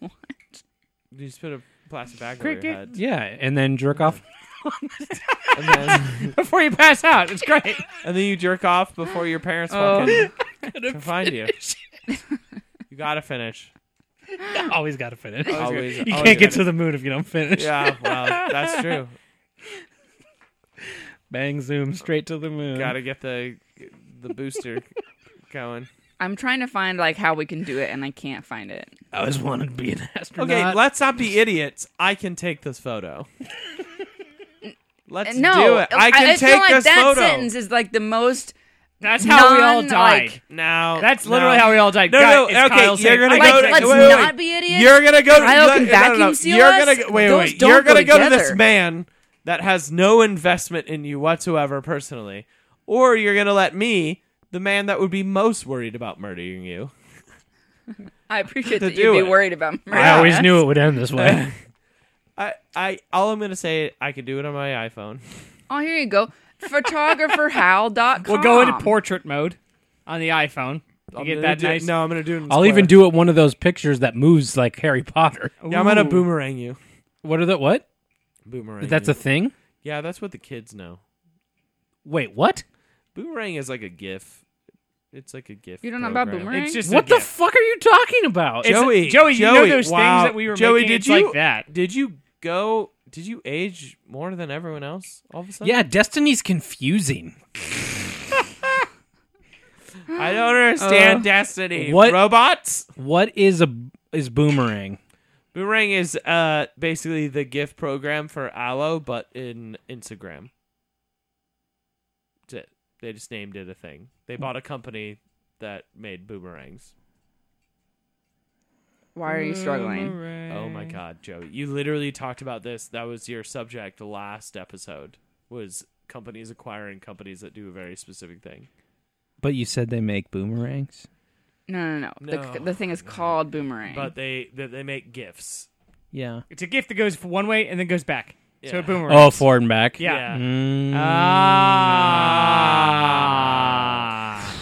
Speaker 3: You just put a plastic bag over your
Speaker 4: Cricket.
Speaker 3: head,
Speaker 2: Yeah, and then jerk off.
Speaker 3: and then,
Speaker 4: Before you pass out, it's great.
Speaker 3: and then you jerk off before your parents
Speaker 1: Oh.
Speaker 3: walk in to find you. You gotta finish.
Speaker 2: Always got to finish.
Speaker 3: Always,
Speaker 2: You
Speaker 3: always
Speaker 2: can't get
Speaker 3: gotta-
Speaker 2: to the moon if you don't finish.
Speaker 3: Yeah, well, that's true.
Speaker 2: Bang, zoom, straight to the moon.
Speaker 3: Gotta get the the booster going.
Speaker 1: I'm trying to find like how we can do it, and I can't find it.
Speaker 2: I always wanted to be an astronaut.
Speaker 3: Okay, let's not be idiots. I can take this photo. Let's
Speaker 1: no,
Speaker 3: do it. I can
Speaker 1: feel
Speaker 3: take
Speaker 1: like
Speaker 3: this
Speaker 1: that
Speaker 3: photo.
Speaker 1: sentence is like the most.
Speaker 4: That's how we all
Speaker 1: Non,
Speaker 4: died.
Speaker 1: like-
Speaker 3: Now
Speaker 4: That's literally how we all died.
Speaker 3: No,
Speaker 4: God,
Speaker 3: no,
Speaker 4: it's
Speaker 3: okay,
Speaker 4: Kyle
Speaker 3: you're
Speaker 4: saying,
Speaker 3: gonna
Speaker 4: I
Speaker 1: Like,
Speaker 3: go
Speaker 4: like
Speaker 3: to-
Speaker 1: let's
Speaker 3: wait, wait,
Speaker 1: not
Speaker 3: wait.
Speaker 1: be idiots.
Speaker 3: You're gonna go. to,
Speaker 1: Kyle
Speaker 3: no,
Speaker 1: can
Speaker 3: no, no, no.
Speaker 1: vacuum seal
Speaker 3: You're
Speaker 1: us?
Speaker 3: gonna go- wait,
Speaker 1: Those
Speaker 3: wait.
Speaker 1: don't
Speaker 3: You're
Speaker 1: go
Speaker 3: gonna go to this
Speaker 1: together.
Speaker 3: man that has no investment in you whatsoever personally, or you're gonna let me, the man that would be most worried about murdering you.
Speaker 1: I appreciate
Speaker 3: to
Speaker 1: that you'd
Speaker 3: do
Speaker 1: be
Speaker 3: it.
Speaker 1: worried about.
Speaker 3: Oh,
Speaker 1: Maria.
Speaker 2: I always knew it would end this way.
Speaker 3: I, I, all I'm gonna say, I can do it on my iPhone.
Speaker 1: Oh, here you go. Photographerhal.com.
Speaker 4: We'll go into portrait mode on the iPhone. You
Speaker 3: I'm
Speaker 4: get
Speaker 3: gonna
Speaker 4: that
Speaker 3: do-
Speaker 4: nice.
Speaker 3: No, I'm gonna do it. in
Speaker 2: I'll even
Speaker 3: square.
Speaker 2: do it one of those pictures that moves like Harry Potter.
Speaker 3: Yeah, I'm gonna
Speaker 4: Ooh.
Speaker 3: boomerang you.
Speaker 2: What are the what?
Speaker 3: Boomerang.
Speaker 2: That's
Speaker 3: you.
Speaker 2: a thing.
Speaker 3: yeah. That's what the kids know.
Speaker 2: Wait, what?
Speaker 3: Boomerang is like a GIF. It's like a GIF.
Speaker 1: You don't know about
Speaker 3: program.
Speaker 1: boomerang?
Speaker 4: It's just a
Speaker 2: What the
Speaker 4: gift.
Speaker 2: fuck are you talking about?
Speaker 4: It's-
Speaker 3: Joey,
Speaker 4: Joey, you know
Speaker 3: Joey,
Speaker 4: those things
Speaker 3: wow.
Speaker 4: that we were
Speaker 3: Joey,
Speaker 4: making?
Speaker 3: Did
Speaker 4: It's
Speaker 3: you,
Speaker 4: like that.
Speaker 3: Did you go? Did you age more than everyone else? All of a sudden,
Speaker 2: yeah, Destiny's confusing.
Speaker 3: I don't understand
Speaker 4: Uh,
Speaker 3: Destiny.
Speaker 2: what-
Speaker 3: robots?
Speaker 2: What is a is boomerang?
Speaker 3: Boomerang is uh basically the GIF program for Allo, but in Instagram. That's it. They just named it a thing. They bought a company that made boomerangs.
Speaker 1: Why are you struggling?
Speaker 3: Oh
Speaker 2: Mm.
Speaker 3: my god, Joey. You literally talked about this. That was your subject last episode. Was companies acquiring companies that do a very specific thing.
Speaker 2: But you said they make boomerangs.
Speaker 1: No, no, no. The,
Speaker 3: No.
Speaker 1: the thing is called boomerang.
Speaker 3: But they they, they make gifts.
Speaker 2: Yeah.
Speaker 4: It's a gift that goes one way and then goes back. So
Speaker 3: Yeah.
Speaker 4: a boomerang.
Speaker 2: Oh, forward and back.
Speaker 4: Yeah. Uh,
Speaker 2: Mm.
Speaker 4: Ah.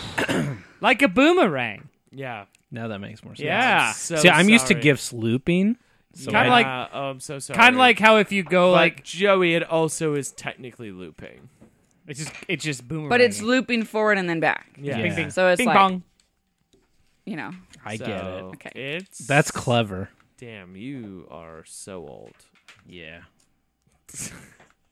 Speaker 4: like a boomerang.
Speaker 3: Yeah.
Speaker 2: now that makes more sense.
Speaker 4: Yeah.
Speaker 3: So
Speaker 2: See, I'm used to
Speaker 3: sorry.
Speaker 2: gifts looping. So
Speaker 4: Kinda
Speaker 2: I-
Speaker 4: like-
Speaker 3: Uh, oh, I'm so sorry.
Speaker 4: Kind of like how if you go
Speaker 3: But
Speaker 4: like
Speaker 3: Joey, it also is technically looping.
Speaker 4: it's just it's just boomerang.
Speaker 1: but it's looping forward and then back.
Speaker 3: Yeah.
Speaker 2: Yeah.
Speaker 4: Bing, bing,
Speaker 1: So it's
Speaker 4: bing
Speaker 1: like-
Speaker 4: bong.
Speaker 1: You know.
Speaker 2: I get it.
Speaker 3: So
Speaker 1: Okay.
Speaker 3: It's
Speaker 2: That's clever.
Speaker 3: damn. You are so old.
Speaker 2: Yeah.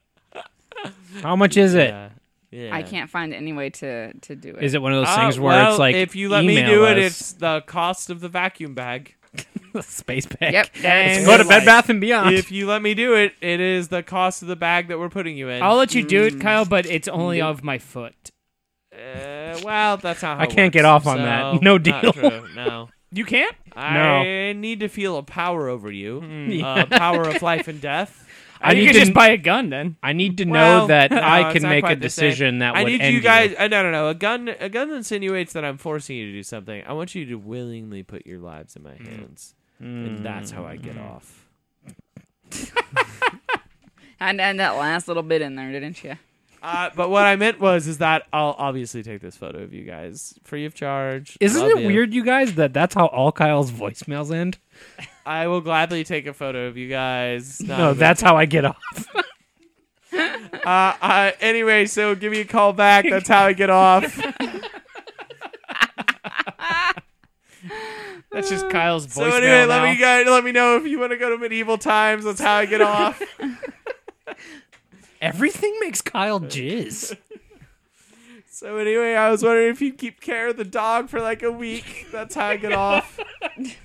Speaker 2: How much is it? Is
Speaker 3: Yeah. Yeah.
Speaker 1: I can't find any way to to do it.
Speaker 2: it one of those
Speaker 3: Ah,
Speaker 2: things where
Speaker 3: well,
Speaker 2: it's like
Speaker 3: if you let me
Speaker 2: email
Speaker 3: do it,
Speaker 2: us-
Speaker 3: it's the cost of the vacuum bag.
Speaker 2: space pack.
Speaker 1: Yep.
Speaker 4: And
Speaker 2: Go to Bed
Speaker 4: like-
Speaker 2: Bath and Beyond.
Speaker 3: if you let me do it, it is the cost of the bag that we're putting you in.
Speaker 4: I'll let you do it, Kyle, but it's only of my foot.
Speaker 3: Uh, well, that's not. How
Speaker 2: I
Speaker 3: it
Speaker 2: can't
Speaker 3: works,
Speaker 2: get off on
Speaker 3: so,
Speaker 2: that. No
Speaker 3: not
Speaker 2: deal.
Speaker 3: true, No.
Speaker 4: You can't?
Speaker 3: I need to feel a power over you,
Speaker 2: Hmm.
Speaker 3: uh, power of life and death.
Speaker 2: I
Speaker 4: you
Speaker 2: need
Speaker 4: could
Speaker 2: to
Speaker 4: just buy a gun then.
Speaker 2: I need to know
Speaker 3: Well,
Speaker 2: that
Speaker 3: no,
Speaker 2: I
Speaker 3: it's
Speaker 2: can
Speaker 3: not
Speaker 2: make a
Speaker 3: quite the same.
Speaker 2: decision that
Speaker 3: I
Speaker 2: would
Speaker 3: need
Speaker 2: end
Speaker 3: you guys. Uh, no, no, no. A gun, a gun that insinuates that I'm forcing you to do something. I want you to willingly put your lives in my
Speaker 2: Hmm.
Speaker 3: hands, and that's how I get off.
Speaker 1: and and that last little bit in there, didn't you?
Speaker 3: Uh, but what I meant was, is that I'll obviously take this photo of you guys free of charge.
Speaker 2: Isn't
Speaker 3: Love
Speaker 2: it
Speaker 3: you.
Speaker 2: weird, you guys, that that's how all Kyle's voicemails end?
Speaker 3: I will gladly take a photo of you guys. Not
Speaker 2: No,
Speaker 3: a big
Speaker 2: that's how I get off.
Speaker 3: Uh, uh, anyway, so give me a call back. That's how I get off.
Speaker 4: That's just Kyle's voicemail
Speaker 3: So anyway, let
Speaker 4: now.
Speaker 3: me guys let me know if you want to go to medieval times. That's how I get off.
Speaker 5: Everything makes Kyle jizz.
Speaker 3: So anyway, I was wondering if you keep care of the dog for like a week. That's how I get off.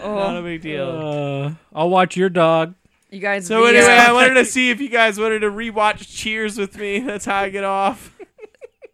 Speaker 1: Oh,
Speaker 4: Not a big deal.
Speaker 2: Uh, I'll watch your dog.
Speaker 1: you guys.
Speaker 3: So
Speaker 1: veer-
Speaker 3: anyway, I wanted to see if you guys wanted to rewatch Cheers with me. That's how I get off.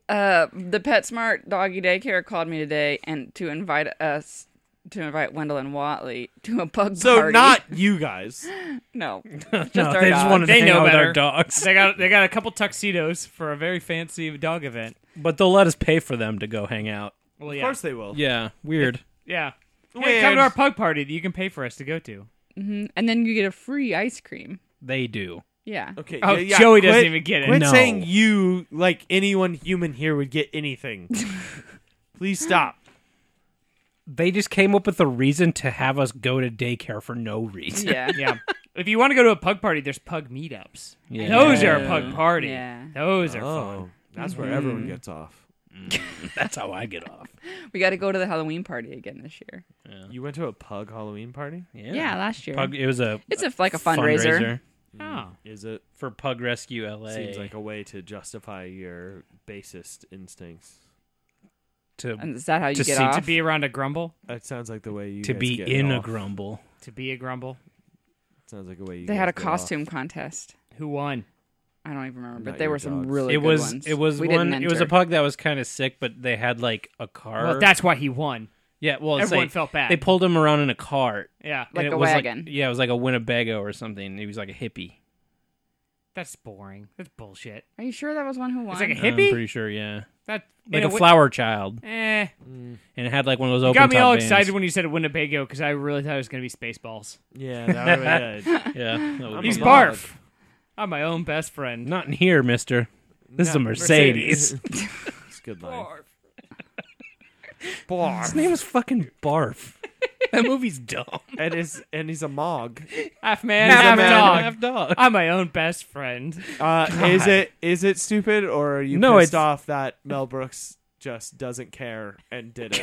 Speaker 1: uh, the PetSmart doggy daycare called me today and to invite us to invite Wendell and Watley to a pug
Speaker 3: So
Speaker 1: party.
Speaker 3: not you guys.
Speaker 1: no, just
Speaker 2: No,
Speaker 1: our
Speaker 2: they just
Speaker 1: dog.
Speaker 2: wanted to
Speaker 4: They
Speaker 2: hang
Speaker 4: know
Speaker 2: out with
Speaker 4: better.
Speaker 2: our dogs,
Speaker 4: They got they got a couple tuxedos for a very fancy dog event.
Speaker 2: but they'll let us pay for them to go hang out.
Speaker 4: Well, yeah,
Speaker 3: Of course they will.
Speaker 2: Yeah, weird.
Speaker 4: yeah. Hey,
Speaker 3: Weird.
Speaker 4: come to our pug party that you can pay for us to go to.
Speaker 1: and then you get a free ice cream.
Speaker 2: They do.
Speaker 1: Yeah,
Speaker 3: Okay.
Speaker 4: Oh,
Speaker 3: yeah, yeah,
Speaker 4: Joey
Speaker 3: quit-
Speaker 4: doesn't even get it.
Speaker 3: Quit
Speaker 2: No.
Speaker 3: saying you like anyone human here would get anything. Please stop.
Speaker 2: They just came up with a reason to have us go to daycare for no reason.
Speaker 1: yeah.
Speaker 4: Yeah. If you want to go to a pug party, there's pug meetups.
Speaker 2: Yeah.
Speaker 4: Those are a pug party.
Speaker 1: Yeah.
Speaker 4: Those are fun.
Speaker 3: Oh, that's where
Speaker 1: Mm-hmm.
Speaker 3: everyone gets off.
Speaker 2: That's how I get off.
Speaker 1: We got to go to the Halloween party again this year.
Speaker 3: You went to a pug Halloween party?
Speaker 1: Yeah, last year.
Speaker 2: Pug, it was a
Speaker 1: it's a, like a fundraiser.
Speaker 4: Oh.
Speaker 3: Mm. Is it?
Speaker 2: for Pug Rescue LA
Speaker 3: Seems like a way to justify your basest instincts.
Speaker 2: to
Speaker 1: And is that how you
Speaker 2: To
Speaker 1: get
Speaker 2: see- to
Speaker 1: off?
Speaker 4: To be around a grumble.
Speaker 3: That sounds like the way you
Speaker 2: to
Speaker 3: guys
Speaker 2: be
Speaker 3: get
Speaker 2: in a
Speaker 3: off.
Speaker 2: grumble.
Speaker 4: To be a grumble.
Speaker 3: Sounds like a way you
Speaker 1: they had
Speaker 3: guys
Speaker 1: a
Speaker 3: get off.
Speaker 1: costume contest.
Speaker 4: Who won?
Speaker 1: I don't even remember,
Speaker 3: Not
Speaker 1: but there
Speaker 3: your
Speaker 1: were some
Speaker 3: dogs.
Speaker 1: really
Speaker 2: it
Speaker 1: good
Speaker 2: was
Speaker 1: ones.
Speaker 2: it was
Speaker 1: we
Speaker 2: one
Speaker 1: Didn't
Speaker 2: it was a
Speaker 1: enter.
Speaker 2: pug that was kind of sick, but they had like a car.
Speaker 4: Well, that's why he won.
Speaker 2: yeah. Well, it's
Speaker 4: Everyone
Speaker 2: like,
Speaker 4: felt bad.
Speaker 2: They pulled him around in a cart,
Speaker 4: Yeah.
Speaker 1: Like
Speaker 2: and
Speaker 1: a
Speaker 2: it was
Speaker 1: wagon.
Speaker 2: Like, yeah, it was like a Winnebago or something. He was like a hippie.
Speaker 4: That's boring. That's bullshit.
Speaker 1: Are you sure that was one who won?
Speaker 4: It's like a
Speaker 2: I'm
Speaker 4: hippie.
Speaker 2: pretty sure. Yeah,
Speaker 4: that
Speaker 2: like
Speaker 4: in
Speaker 2: a
Speaker 4: wi-
Speaker 2: flower child,
Speaker 4: Eh.
Speaker 2: and it had like one of those open.
Speaker 4: Got me
Speaker 2: top
Speaker 4: all
Speaker 2: vans.
Speaker 4: excited when you said Winnebago because I really thought it was going to be Spaceballs.
Speaker 3: Yeah, that would,
Speaker 2: yeah, that would
Speaker 3: I'm
Speaker 2: be-
Speaker 4: He's
Speaker 3: a log.
Speaker 4: barf. I'm my own best friend.
Speaker 2: not in here, Mister. This is a
Speaker 3: No,
Speaker 2: Mercedes.
Speaker 3: it's a good line. Barf.
Speaker 2: His name is fucking Barf. that movie's dumb.
Speaker 3: and his and he's a mog.
Speaker 4: Half man,
Speaker 3: He's a
Speaker 4: half
Speaker 3: man,
Speaker 4: dog.
Speaker 2: Half dog.
Speaker 4: I'm my own best friend.
Speaker 3: Uh, is it is it stupid or are you
Speaker 2: No,
Speaker 3: pissed
Speaker 2: it's-
Speaker 3: off that Mel Brooks just doesn't care and did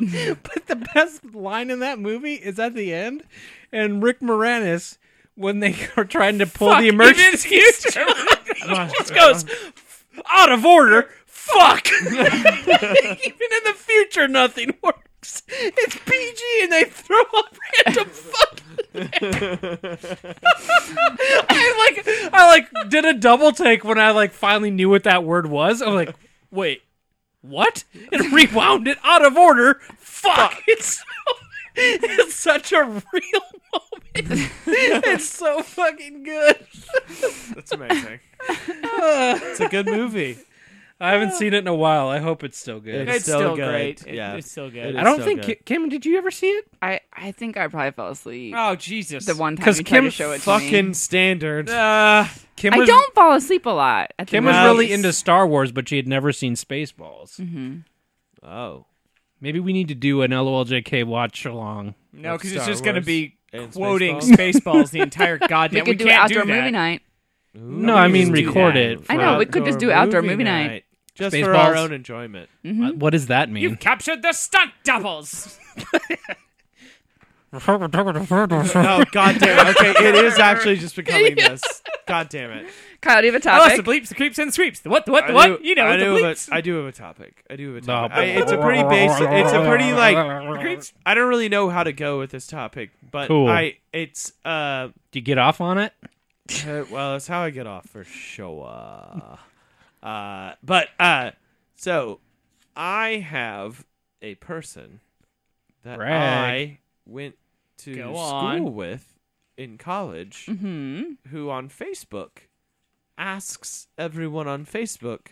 Speaker 3: it?
Speaker 2: But the best line in that movie is at the end, and Rick Moranis when they are trying to pull the emergency. he just goes out of order. Fuck. Even in the future, nothing works. It's PG, and they throw up random fuck. I like, I like, did a double take when I like finally knew what that word was. I'm like, wait, what? And rewound it out of order. Fuck. It's so, it's such a real moment. it's so fucking good.
Speaker 3: That's amazing. it's a good movie.
Speaker 2: I haven't seen it in a while. I hope it's still good.
Speaker 3: It's
Speaker 4: It's,
Speaker 3: still
Speaker 4: still,
Speaker 3: good.
Speaker 4: great. It-
Speaker 3: Yeah.
Speaker 4: It's still good.
Speaker 3: It
Speaker 2: I
Speaker 3: is.
Speaker 2: don't
Speaker 3: so
Speaker 2: think
Speaker 3: good.
Speaker 2: Kim. Did you ever see it?
Speaker 1: I, I think I probably fell asleep.
Speaker 4: Oh Jesus!
Speaker 1: the one time
Speaker 2: 'Cause
Speaker 1: you tried
Speaker 2: Kim
Speaker 1: to show it to me.
Speaker 3: Fucking standard.
Speaker 2: Uh, Kim
Speaker 1: I
Speaker 2: was,
Speaker 1: don't fall asleep a lot. at the
Speaker 2: Kim was
Speaker 1: movies.
Speaker 2: really into Star Wars, but she had never seen Spaceballs.
Speaker 3: Oh.
Speaker 2: Maybe we need to do an LOLJK watch along.
Speaker 4: no, because
Speaker 3: Star
Speaker 4: it's just going to
Speaker 3: Wars
Speaker 4: be
Speaker 3: and
Speaker 4: quoting
Speaker 3: Spaceballs.
Speaker 4: Spaceballs, the entire
Speaker 1: We
Speaker 4: goddamn.
Speaker 1: could do it
Speaker 4: can't
Speaker 1: outdoor
Speaker 4: do that.
Speaker 1: movie night.
Speaker 2: no, I mean
Speaker 4: just do
Speaker 2: record
Speaker 4: that.
Speaker 2: it.
Speaker 1: I know, we could just do outdoor movie night.
Speaker 3: Just for our
Speaker 2: Spaceballs.
Speaker 3: own enjoyment.
Speaker 2: What- What does that
Speaker 4: You've
Speaker 2: mean?
Speaker 4: captured the stunt doubles.
Speaker 2: I
Speaker 3: No, god damn it. Oh, Okay, it is actually just becoming this. God damn it.
Speaker 1: Kyle, do you have a
Speaker 4: Oh, it's the
Speaker 1: topic?
Speaker 4: bleeps, the creeps, and the sweeps. The what? The what?
Speaker 3: I
Speaker 4: The what?
Speaker 3: do-
Speaker 4: you know,
Speaker 3: I
Speaker 4: the
Speaker 3: do have
Speaker 4: bleeps.
Speaker 3: a, I do have a topic. I do have a
Speaker 2: No,
Speaker 3: topic. I- it's a pretty basic. It's a pretty like. Uh, I don't really know how to go with this topic, but
Speaker 2: Cool.
Speaker 3: I it's uh,
Speaker 2: Do you get off on it?
Speaker 3: uh, well, it's how I get off for sure. Uh, but uh, so I have a person that
Speaker 2: Brag.
Speaker 3: I went to
Speaker 4: Go
Speaker 3: school
Speaker 4: on. Mm-hmm.
Speaker 3: with in college, who on Facebook asks everyone on Facebook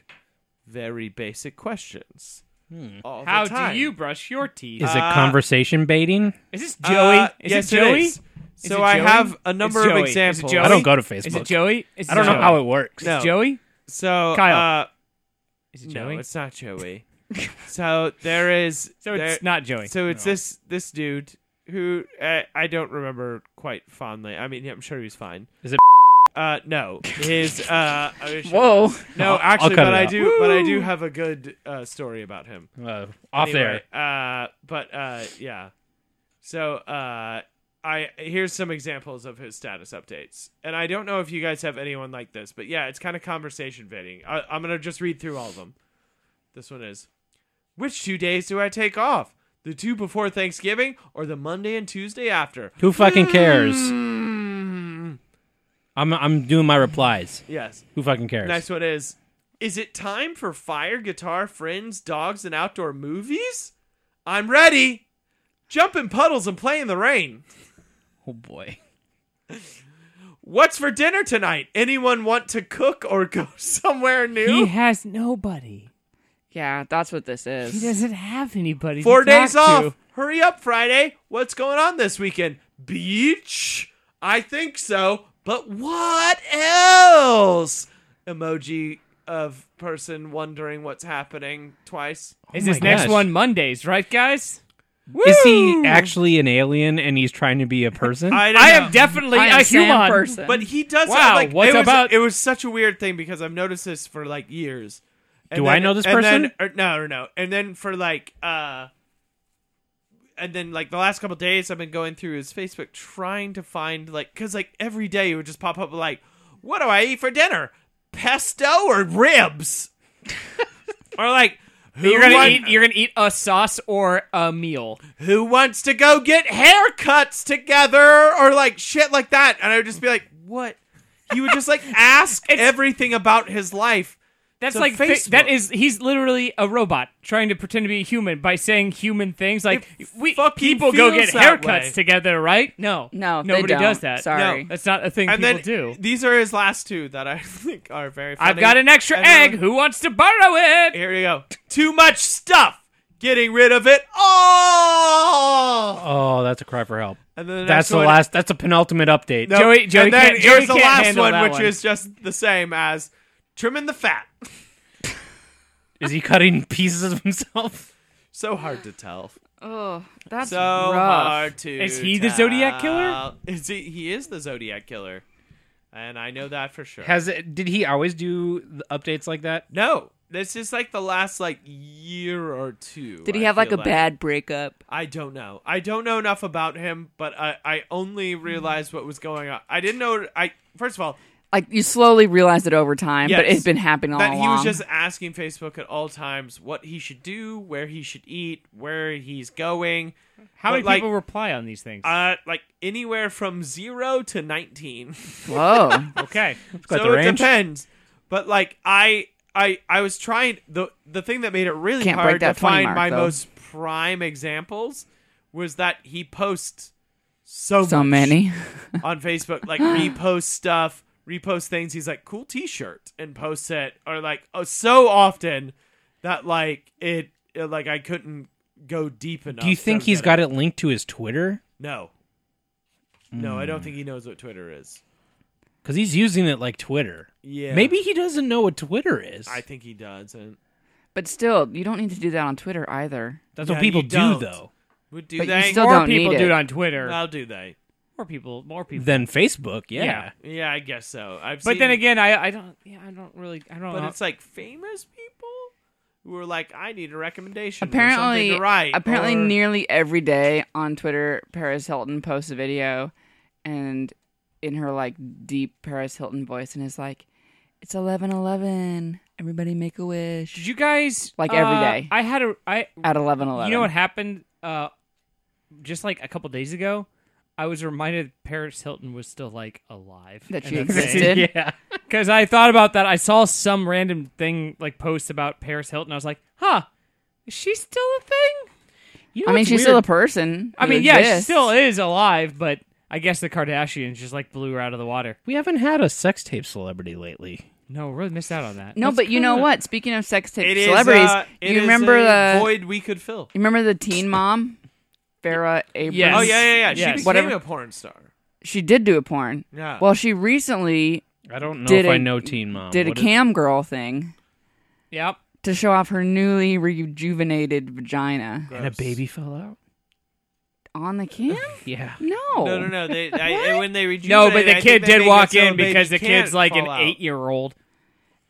Speaker 3: very basic questions.
Speaker 2: Hmm.
Speaker 3: all the
Speaker 4: How
Speaker 3: time.
Speaker 4: do you brush your teeth?
Speaker 2: Is
Speaker 3: Uh,
Speaker 2: it conversation baiting?
Speaker 4: is this Joey?
Speaker 3: Uh,
Speaker 4: is
Speaker 3: yes,
Speaker 4: it Joey?
Speaker 3: is.
Speaker 4: Is
Speaker 3: So
Speaker 4: it
Speaker 3: I
Speaker 4: Joey?
Speaker 3: have a
Speaker 4: It's
Speaker 3: number of
Speaker 4: Joey. Is it
Speaker 3: examples.
Speaker 4: Joey?
Speaker 2: I don't go to
Speaker 4: Is it
Speaker 2: Facebook.
Speaker 4: Joey? Is it
Speaker 2: I don't know
Speaker 4: Joey?
Speaker 2: how it works.
Speaker 3: No.
Speaker 4: Joey?
Speaker 3: So
Speaker 4: Kyle.
Speaker 3: Uh,
Speaker 4: Is it
Speaker 3: no,
Speaker 4: Joey?
Speaker 3: it's not Joey. so there is.
Speaker 4: so
Speaker 3: there-
Speaker 4: it's not Joey.
Speaker 3: So it's this this dude who I, I don't remember quite fondly. I mean, yeah, I'm sure he was fine.
Speaker 2: Is it
Speaker 3: Uh, no, his. Uh, I wish-
Speaker 1: Whoa.
Speaker 3: No, actually,
Speaker 2: cut
Speaker 3: but
Speaker 2: it
Speaker 3: I
Speaker 2: out.
Speaker 3: do, but I do have a good uh, story about him.
Speaker 2: Uh, off
Speaker 3: Anyway, Uh, but uh, yeah. So uh, I here's some examples of his status updates, and I don't know if you guys have anyone like this, but yeah, it's kind of conversation fading. I, I'm gonna just read through all of them. This one is, which two days do I take off? The two before Thanksgiving or the Monday and Tuesday after?
Speaker 2: Who fucking cares?
Speaker 3: Mm,
Speaker 2: I'm I'm doing my replies.
Speaker 3: yes.
Speaker 2: Who fucking cares?
Speaker 3: Next one is Is it time for fire, guitar, friends, dogs, and outdoor movies? I'm ready. Jump in puddles and play in the rain.
Speaker 5: Oh boy.
Speaker 3: What's for dinner tonight? Anyone want to cook or go somewhere
Speaker 4: He
Speaker 3: new?
Speaker 4: has nobody.
Speaker 1: Yeah, that's what this
Speaker 4: He
Speaker 1: is.
Speaker 4: doesn't have anybody. to
Speaker 3: Four days
Speaker 4: talk
Speaker 3: off.
Speaker 4: to.
Speaker 3: Hurry up, Friday. What's going on this weekend? Beach? I think so. But what else? Emoji of person wondering what's happening twice.
Speaker 4: Is
Speaker 2: Oh my
Speaker 4: this next
Speaker 2: gosh.
Speaker 4: one Mondays, right, guys?
Speaker 2: Is he actually an alien and he's trying to be a person?
Speaker 3: I, don't
Speaker 4: I
Speaker 3: know.
Speaker 4: am definitely
Speaker 1: I am
Speaker 4: a
Speaker 1: Sam
Speaker 4: human.
Speaker 1: person.
Speaker 3: But he does.
Speaker 4: Wow,
Speaker 3: have, like, it
Speaker 4: what's
Speaker 3: was,
Speaker 4: about-
Speaker 3: It was such a weird thing because I've noticed this for like years. And
Speaker 2: Do I know this
Speaker 3: and
Speaker 2: person?
Speaker 3: Then, or, no, no, no. And then for like, uh, and then like the last couple days, I've been going through his Facebook trying to find like, cause like every day it would just pop up like, what do I eat for dinner? Pesto or ribs? or like, who
Speaker 4: You're gonna
Speaker 3: want-
Speaker 4: eat. You're gonna eat a sauce or a meal.
Speaker 3: who wants to go get haircuts together or like shit like that and i would just be like what he would just like ask everything about his life
Speaker 4: That's
Speaker 3: So
Speaker 4: like fa-
Speaker 3: Facebook.
Speaker 4: that is. He's literally a robot trying to pretend to be a human by saying human things. Like
Speaker 3: It
Speaker 4: we
Speaker 3: fucking
Speaker 4: people go
Speaker 3: feels
Speaker 4: get
Speaker 3: that
Speaker 4: haircuts
Speaker 3: way.
Speaker 4: together, right? No,
Speaker 1: No, they
Speaker 4: nobody
Speaker 1: don't.
Speaker 4: does that.
Speaker 1: Sorry.
Speaker 3: No.
Speaker 4: That's not a thing
Speaker 3: and
Speaker 4: people
Speaker 3: then
Speaker 4: do.
Speaker 3: these are his last two that i think are very funny
Speaker 4: I've got an extra
Speaker 3: And then-
Speaker 4: egg. Who wants to borrow it?
Speaker 3: here we go too much stuff getting rid of it all
Speaker 2: oh, that's a cry for help.
Speaker 3: and then the
Speaker 2: That's
Speaker 3: next
Speaker 2: the
Speaker 3: one-
Speaker 2: last. That's a penultimate update.
Speaker 3: No,
Speaker 4: Joey- Joey
Speaker 3: and then
Speaker 4: can't- Joey
Speaker 3: here's the
Speaker 4: can't
Speaker 3: last
Speaker 4: handle
Speaker 3: one
Speaker 4: that
Speaker 3: which
Speaker 4: one.
Speaker 3: is just the same as trimming the fat
Speaker 2: Is he cutting pieces of himself?
Speaker 3: so hard to tell
Speaker 1: Oh, that's
Speaker 3: so
Speaker 1: rough.
Speaker 3: hard to.
Speaker 4: Is he the Zodiac killer?
Speaker 3: tell. Is he? He is the Zodiac killer, and I know that for sure.
Speaker 2: Has it? Did he always do the updates like that?
Speaker 3: no, this is like the last like year or two.
Speaker 1: Did he
Speaker 3: I
Speaker 1: have like a
Speaker 3: feel
Speaker 1: bad breakup?
Speaker 3: I don't know. I don't know enough about him, but I I only realized what was going on. I didn't know. I first of all
Speaker 1: Like you slowly realize it over time, but
Speaker 3: Yes.
Speaker 1: it's been happening all
Speaker 3: that
Speaker 1: along.
Speaker 3: he was just asking Facebook at all times what he should do, where he should eat, where he's going.
Speaker 4: How
Speaker 3: But,
Speaker 4: many
Speaker 3: like,
Speaker 4: people reply on these things?
Speaker 3: Uh, like anywhere from zero to nineteen.
Speaker 1: Whoa.
Speaker 4: okay,
Speaker 2: Got
Speaker 3: so
Speaker 2: the
Speaker 3: it
Speaker 2: range?
Speaker 3: depends. But like I I I was trying the the thing that made it really
Speaker 1: Can't break
Speaker 3: hard to
Speaker 1: that 20
Speaker 3: find
Speaker 1: mark,
Speaker 3: my
Speaker 1: though.
Speaker 3: most prime examples was that he posts so
Speaker 1: so
Speaker 3: much
Speaker 1: many.
Speaker 3: on Facebook, like repost stuff, repost things. He's like cool T-shirt and posts it, or like oh so often that like it it- like I couldn't go deep enough.
Speaker 2: Do you
Speaker 3: to
Speaker 2: think he's
Speaker 3: get
Speaker 2: got it linked to his Twitter?
Speaker 3: No. No, I
Speaker 2: Hmm.
Speaker 3: don't think he knows what Twitter is.
Speaker 2: Because he's using it like Twitter.
Speaker 3: Yeah,
Speaker 2: Maybe he doesn't know what Twitter is.
Speaker 3: I think he does, and
Speaker 1: But still, you don't need to do that on Twitter either.
Speaker 2: That's
Speaker 3: Yeah,
Speaker 2: what people
Speaker 3: you
Speaker 2: do
Speaker 3: don't.
Speaker 2: though.
Speaker 3: would do
Speaker 1: But you
Speaker 3: they?
Speaker 1: still
Speaker 4: more
Speaker 1: don't
Speaker 4: people
Speaker 1: need
Speaker 4: do
Speaker 1: it.
Speaker 4: it on Twitter.
Speaker 3: How do they?
Speaker 4: more people. More people.
Speaker 2: Then Facebook, yeah.
Speaker 4: Yeah.
Speaker 3: Yeah, I guess so. I've
Speaker 4: but
Speaker 3: seen-
Speaker 4: then again, uh-huh. I I don't. Yeah, I don't really. I don't
Speaker 3: but
Speaker 4: know.
Speaker 3: it's like famous people who are like, I need a recommendation. or
Speaker 1: apparently,
Speaker 3: something to write.
Speaker 1: apparently,
Speaker 3: or-
Speaker 1: nearly every day on Twitter, Paris Hilton posts a video, and in her like deep Paris Hilton voice, and is like, "It's eleven eleven. Everybody make a
Speaker 4: Did
Speaker 1: wish."
Speaker 4: you guys
Speaker 1: Like every
Speaker 4: uh,
Speaker 1: day.
Speaker 4: I had a I.
Speaker 1: At eleven eleven,
Speaker 4: You know what happened? Uh, just like a couple days ago, I was reminded Paris Hilton was still like alive.
Speaker 1: that she existed.
Speaker 4: Because I thought about that. I saw some random thing like posts about Paris Hilton. I was like, huh, is she still a thing?
Speaker 2: You
Speaker 1: I
Speaker 2: know
Speaker 1: mean,
Speaker 2: what's
Speaker 1: she's still a
Speaker 2: weird?
Speaker 1: person.
Speaker 4: I
Speaker 1: who
Speaker 4: mean, yeah, she
Speaker 1: exists.
Speaker 4: still is alive, but I guess the Kardashians just like blew her out of the water.
Speaker 2: We haven't had a sex tape celebrity lately.
Speaker 4: No, really missed out on that.
Speaker 1: No, but you know what? Speaking of sex
Speaker 3: It
Speaker 1: tape
Speaker 3: is,
Speaker 1: celebrities,
Speaker 3: uh, it
Speaker 1: you
Speaker 3: is
Speaker 1: remember
Speaker 3: a
Speaker 4: uh,
Speaker 1: the
Speaker 3: void we could fill.
Speaker 1: you remember the Teen Mom, Farrah Abrams.
Speaker 4: Yes.
Speaker 3: Oh yeah, yeah, yeah. She
Speaker 4: Yes.
Speaker 3: became
Speaker 1: Whatever.
Speaker 3: a porn star.
Speaker 1: she did do a porn.
Speaker 3: Yeah.
Speaker 1: Well, she recently
Speaker 2: I don't know
Speaker 1: Did
Speaker 2: if I
Speaker 1: a-
Speaker 2: know Teen Mom.
Speaker 1: did
Speaker 2: What
Speaker 1: a
Speaker 2: is-
Speaker 1: cam girl thing
Speaker 4: Yep.
Speaker 1: to show off her newly rejuvenated vagina.
Speaker 2: and a baby fell out.
Speaker 1: on the cam?
Speaker 2: Yeah.
Speaker 1: No.
Speaker 3: No, no, no. They, I,
Speaker 1: What?
Speaker 3: when they rejuvenate,
Speaker 4: No, but
Speaker 3: I
Speaker 4: the
Speaker 3: think
Speaker 4: kid
Speaker 3: they
Speaker 4: did
Speaker 3: make it
Speaker 4: walk
Speaker 3: so
Speaker 4: in
Speaker 3: they
Speaker 4: because the
Speaker 3: can't
Speaker 4: kid's like an
Speaker 3: fall out.
Speaker 4: eight-year-old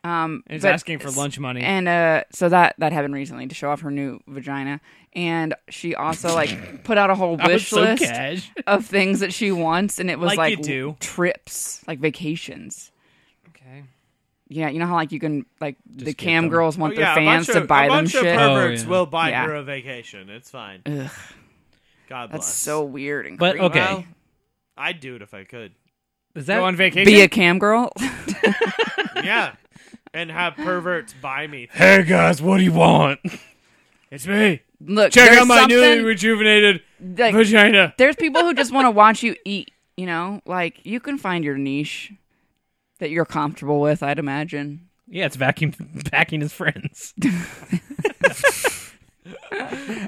Speaker 1: Um,
Speaker 4: and is
Speaker 1: but-
Speaker 4: asking for lunch money.
Speaker 1: And uh, so that that happened recently to show off her new vagina, and she also like put out a whole
Speaker 2: I was
Speaker 1: wish
Speaker 2: so
Speaker 1: list
Speaker 2: cash.
Speaker 1: of things that she wants, and it was
Speaker 4: Like
Speaker 1: like,
Speaker 4: you do.
Speaker 1: trips, like vacations.
Speaker 4: okay.
Speaker 1: Yeah, you know how like you can like the
Speaker 2: get
Speaker 1: cam
Speaker 2: them.
Speaker 1: girls
Speaker 3: Oh,
Speaker 1: want
Speaker 3: yeah,
Speaker 1: their
Speaker 3: a
Speaker 1: fans
Speaker 3: bunch
Speaker 1: to
Speaker 3: of-
Speaker 1: buy
Speaker 3: a
Speaker 1: them
Speaker 3: bunch
Speaker 1: shit.
Speaker 3: Of perverts
Speaker 2: Oh, yeah.
Speaker 3: will buy
Speaker 1: Yeah.
Speaker 3: her a vacation. It's fine.
Speaker 1: Ugh.
Speaker 3: God bless.
Speaker 1: That's so weird. And
Speaker 2: But,
Speaker 1: creepy.
Speaker 2: okay.
Speaker 3: Well, I'd do it if I could.
Speaker 2: Is
Speaker 4: Go on
Speaker 2: that
Speaker 4: vacation.
Speaker 1: be a cam girl.
Speaker 3: Yeah, and have perverts buy me.
Speaker 2: Hey guys, what do you want?
Speaker 4: it's me.
Speaker 1: Look,
Speaker 4: Check
Speaker 1: there's
Speaker 4: out my newly
Speaker 1: something-
Speaker 4: rejuvenated
Speaker 1: like,
Speaker 4: vagina.
Speaker 1: there's people who just want to watch you eat. You know, like you can find your niche that you're comfortable with. I'd imagine.
Speaker 2: Yeah, it's vacuum backing his friends.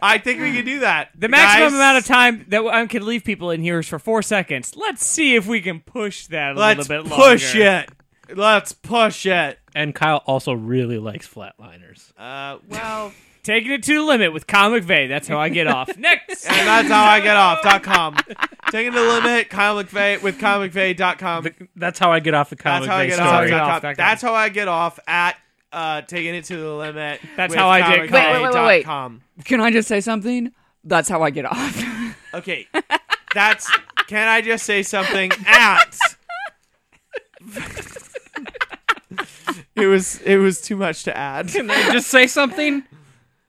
Speaker 3: I think we could do that.
Speaker 4: The maximum
Speaker 3: Guys,
Speaker 4: amount of time that I can leave people in here is for four seconds. Let's see if we can push that a
Speaker 3: Let's
Speaker 4: little bit longer.
Speaker 3: push it. Let's push it.
Speaker 2: And Kyle also really likes flatliners.
Speaker 3: Uh, well,
Speaker 4: Taking it to the limit with Kyle McVeigh. That's how I get off. Next.
Speaker 3: and that's how I get off. Dot com. Taking the limit. Kyle McVay with Kyle McVay. Dot com.
Speaker 2: That's how I get off the Kyle
Speaker 3: That's how I
Speaker 2: McVeigh
Speaker 3: get
Speaker 2: story.
Speaker 3: off.
Speaker 4: Sorry.
Speaker 3: dot com.
Speaker 4: Off, dot com.
Speaker 3: That's how I get off at uh, taking it to the limit.
Speaker 4: That's
Speaker 3: with
Speaker 4: how I
Speaker 3: Kyle
Speaker 4: did- Wait,
Speaker 1: wait, wait,
Speaker 3: McVay
Speaker 1: wait,
Speaker 3: dot com.
Speaker 1: Can I just say something? That's how I get off.
Speaker 3: Okay, that's. Can I just say something? At. it was it was too much to add. Can
Speaker 2: Just say something.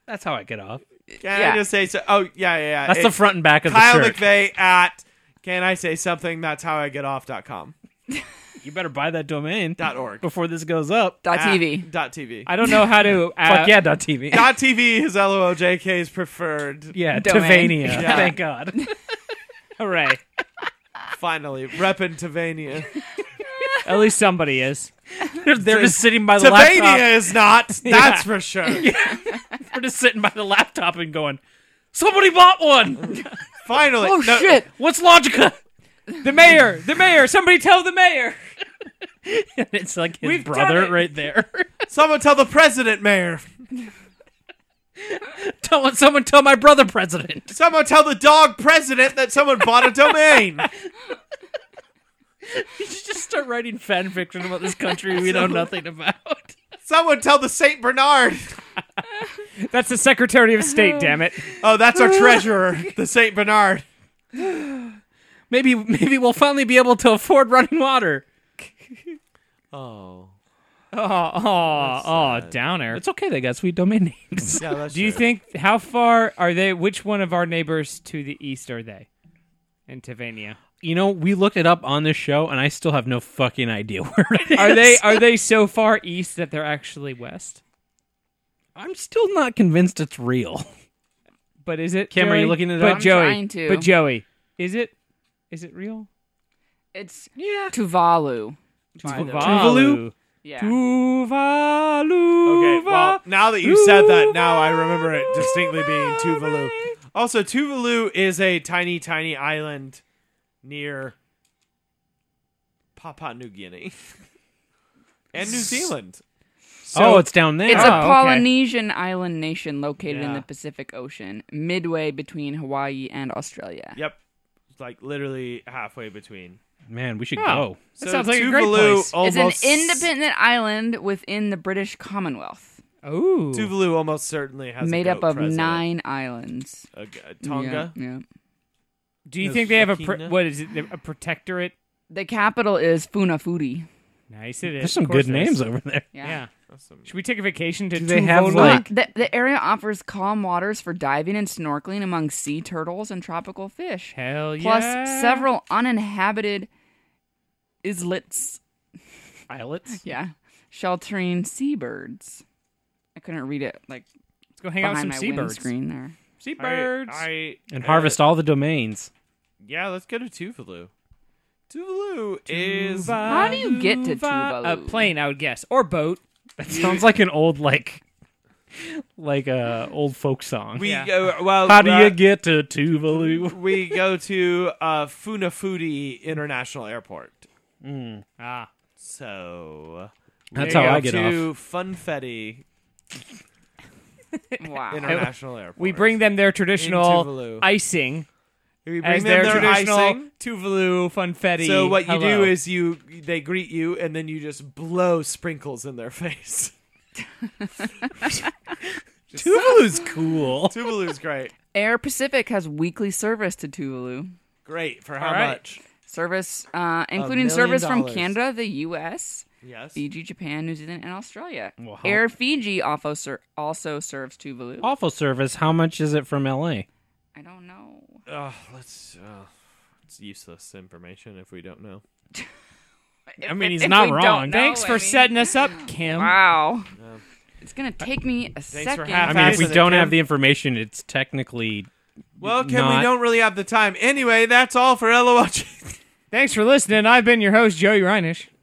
Speaker 2: That's how I get off.
Speaker 1: Yeah.
Speaker 3: I just say so? Oh yeah yeah yeah.
Speaker 2: That's
Speaker 3: It-
Speaker 2: the front and back of
Speaker 3: Kyle
Speaker 2: the shirt.
Speaker 3: McVeigh at. Can I say something? That's how I get off. Dot com.
Speaker 2: You better buy that domain
Speaker 3: Dot org.
Speaker 2: before this goes up.
Speaker 1: Dot
Speaker 3: At
Speaker 1: TV.
Speaker 3: Dot TV.
Speaker 4: I don't know how to. Uh,
Speaker 2: Fuck yeah, dot TV.
Speaker 3: Dot TV is LOLJK's preferred.
Speaker 2: yeah,
Speaker 1: Domain.
Speaker 2: Tavania.
Speaker 3: Yeah.
Speaker 2: Thank God.
Speaker 4: Hooray.
Speaker 3: Finally, reppin' Tavania.
Speaker 4: At least somebody is.
Speaker 2: They're, they're just sitting by the laptop.
Speaker 3: Tavania is not. That's for sure.
Speaker 2: They're just sitting by the laptop and going, "Somebody bought one.
Speaker 3: Finally.
Speaker 1: Oh
Speaker 3: No,
Speaker 1: shit!
Speaker 2: What's Logica?"
Speaker 4: The mayor. The mayor. Somebody tell the mayor.
Speaker 2: And it's like his
Speaker 4: We've done
Speaker 2: brother
Speaker 4: it.
Speaker 2: right there.
Speaker 3: Someone tell the president, mayor.
Speaker 2: Don't want someone tell my brother president.
Speaker 3: Someone tell the dog president that someone bought a domain.
Speaker 2: You should just start writing fan fiction about this country we know nothing about.
Speaker 3: Someone tell the Saint Bernard.
Speaker 4: That's the Secretary of State. damn it.
Speaker 3: Oh, that's our treasurer, the Saint Bernard.
Speaker 2: Maybe maybe we'll finally be able to afford running water.
Speaker 3: Oh.
Speaker 4: Oh, oh, oh, downer.
Speaker 2: It's okay, they got sweet domain names.
Speaker 3: Yeah, that's
Speaker 4: Do you think how far are they? Which one of our neighbors to the east are they? In Tavania,
Speaker 2: You know, we looked it up on this show, and I still have no fucking idea where it is.
Speaker 4: are they are they so far east that they're actually west?
Speaker 2: I'm still not convinced it's real.
Speaker 4: But is it?
Speaker 2: Cam, are
Speaker 4: Joey?
Speaker 2: you looking it
Speaker 4: but
Speaker 2: up?
Speaker 1: I'm
Speaker 4: Joey,
Speaker 1: trying to.
Speaker 4: But Joey, is it is it real?
Speaker 1: It's Tuvalu.
Speaker 4: Tuvalu.
Speaker 1: Yeah.
Speaker 4: Tuvalu.
Speaker 3: Okay, well, now that you said that, now I remember it distinctly being Tuvalu. Also, Tuvalu is a tiny, tiny island near Papua New Guinea and New Zealand.
Speaker 2: oh, it's down there.
Speaker 1: It's
Speaker 4: Oh,
Speaker 1: a
Speaker 4: okay.
Speaker 1: Polynesian island nation located in
Speaker 3: Yeah.
Speaker 1: the Pacific Ocean, midway between Hawaii and Australia.
Speaker 3: Yep, It's like literally halfway between.
Speaker 2: Man, we should
Speaker 4: Oh,
Speaker 2: go.
Speaker 4: that
Speaker 3: So
Speaker 4: sounds like
Speaker 3: Tuvalu
Speaker 4: a great place.
Speaker 1: It's
Speaker 3: Almost,
Speaker 1: an independent island within the British Commonwealth,
Speaker 4: Ooh,
Speaker 3: Tuvalu almost certainly has a
Speaker 1: made up
Speaker 3: goat
Speaker 1: of
Speaker 3: president.
Speaker 1: nine islands.
Speaker 3: A g- Tonga.
Speaker 1: Yeah, yeah.
Speaker 4: do you
Speaker 3: No,
Speaker 4: think they have a
Speaker 3: Sakina?
Speaker 4: pr- what is it a protectorate?
Speaker 1: The capital is Funafuti.
Speaker 4: Nice, it is.
Speaker 2: There's some
Speaker 4: Of course
Speaker 2: good
Speaker 4: there is.
Speaker 2: names over there.
Speaker 1: Yeah.
Speaker 4: Yeah. Should we take a vacation to
Speaker 2: Do they have,
Speaker 4: Tuvalu?
Speaker 2: like-
Speaker 1: The, the area offers calm waters for diving and snorkeling among sea turtles and tropical fish.
Speaker 4: Hell yeah!
Speaker 1: plus several uninhabited islets.
Speaker 2: Islets.
Speaker 1: Yeah, sheltering seabirds. I couldn't read it like
Speaker 4: Let's go hang out with
Speaker 1: behind
Speaker 4: some
Speaker 1: my
Speaker 4: seabirds.
Speaker 1: windscreen there.
Speaker 4: Seabirds.
Speaker 3: I, I- uh,
Speaker 2: And harvest all the domains.
Speaker 3: Yeah, let's go to Tuvalu. Tuvalu is
Speaker 1: How do you get to
Speaker 4: A
Speaker 1: Tuvalu?
Speaker 4: plane, I would guess, or boat.
Speaker 2: That sounds like an old like like a old folk song.
Speaker 3: we
Speaker 4: Yeah.
Speaker 3: go well.
Speaker 2: How do
Speaker 3: uh,
Speaker 2: you get to Tuvalu?
Speaker 3: we go to uh, Funafuti International Airport.
Speaker 4: Ah,
Speaker 3: So
Speaker 2: That's
Speaker 3: we
Speaker 4: Oh,
Speaker 2: how
Speaker 3: go
Speaker 2: I get
Speaker 3: to Funfetti
Speaker 1: Wow.
Speaker 3: International Airport.
Speaker 4: we bring them their traditional
Speaker 3: Tuvalu.
Speaker 4: icing
Speaker 3: We bring
Speaker 4: as
Speaker 3: them
Speaker 4: their,
Speaker 3: their
Speaker 4: traditional
Speaker 3: icing.
Speaker 4: Tuvalu funfetti.
Speaker 3: So what you
Speaker 4: hello.
Speaker 3: do is you they greet you and then you just blow sprinkles in their face.
Speaker 5: Tuvalu's cool.
Speaker 3: Tuvalu's great.
Speaker 1: Air Pacific has weekly service to Tuvalu.
Speaker 3: Great for how
Speaker 4: All right.
Speaker 3: much?
Speaker 1: Service, uh, including
Speaker 3: million
Speaker 1: service from
Speaker 3: dollars.
Speaker 1: Canada, the U.S.,
Speaker 3: Yes.
Speaker 1: Fiji, Japan, New Zealand, and Australia.
Speaker 5: Wow.
Speaker 1: Air Fiji also, ser- also serves Tuvalu.
Speaker 2: Awful service. How much is it from L.A.?
Speaker 1: I don't know.
Speaker 3: Ugh, let's. Uh, it's useless information if we don't know.
Speaker 1: If-
Speaker 2: mean, he's
Speaker 1: if
Speaker 2: not
Speaker 1: we don't
Speaker 2: wrong.
Speaker 1: know,
Speaker 4: Thanks
Speaker 1: I
Speaker 4: for
Speaker 1: mean-
Speaker 4: setting us up, Kim.
Speaker 1: Wow. It's gonna take me a second.
Speaker 2: I
Speaker 3: having
Speaker 2: mean, if we
Speaker 3: Fascinating.
Speaker 2: don't have the information, it's technically
Speaker 3: Well, Kim,
Speaker 2: Not-
Speaker 3: we don't really have the time. Anyway, that's all for LOL.
Speaker 4: Thanks for listening. I've been your host, Joey Reinish.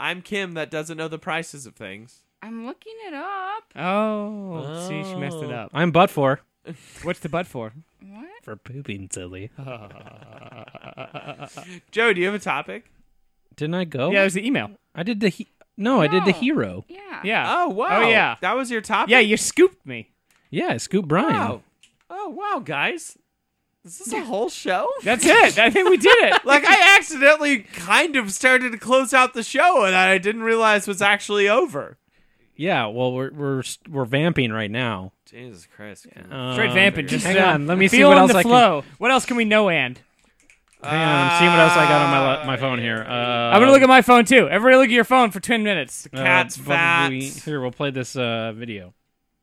Speaker 3: I'm Kim that doesn't know the prices of things.
Speaker 1: I'm looking it up.
Speaker 4: Oh, see, she messed it
Speaker 3: Oh.
Speaker 4: up.
Speaker 2: I'm butt for
Speaker 4: What's the butt for?
Speaker 1: What?
Speaker 2: for pooping silly. Uh,
Speaker 3: Joe, do you have a topic?
Speaker 2: Didn't I
Speaker 3: Oh.
Speaker 2: go?
Speaker 4: Yeah, it was Oh. the email.
Speaker 2: I did the. He- no, I did the
Speaker 1: No.
Speaker 2: hero.
Speaker 1: Yeah.
Speaker 4: Yeah.
Speaker 3: Oh wow!
Speaker 4: Oh yeah.
Speaker 3: that was your topic.
Speaker 4: Yeah, you scooped me.
Speaker 2: Yeah, Scoop Brian.
Speaker 3: Wow. Oh wow, guys, is this a whole show?
Speaker 4: That's it. I think we did it.
Speaker 3: like I accidentally kind of started to close out the show, and I didn't realize was actually over.
Speaker 2: Yeah, well, we're we're we're vamping right now.
Speaker 3: Jesus Christ!
Speaker 4: Straight
Speaker 3: Oh,
Speaker 2: Um,
Speaker 4: vamping. Just
Speaker 2: hang
Speaker 4: uh,
Speaker 2: on, let me see
Speaker 4: feel
Speaker 2: what
Speaker 4: in
Speaker 2: else
Speaker 4: the
Speaker 2: I can-
Speaker 4: flow. What else can we know? And
Speaker 2: Hang on, I'm seeing what else I got on my la- my phone here. Uh,
Speaker 4: I'm gonna look at my phone too. Everybody, look at your phone for ten minutes.
Speaker 2: uh,
Speaker 3: Cat's
Speaker 2: but
Speaker 3: fat.
Speaker 2: we- here, we'll play this uh, video.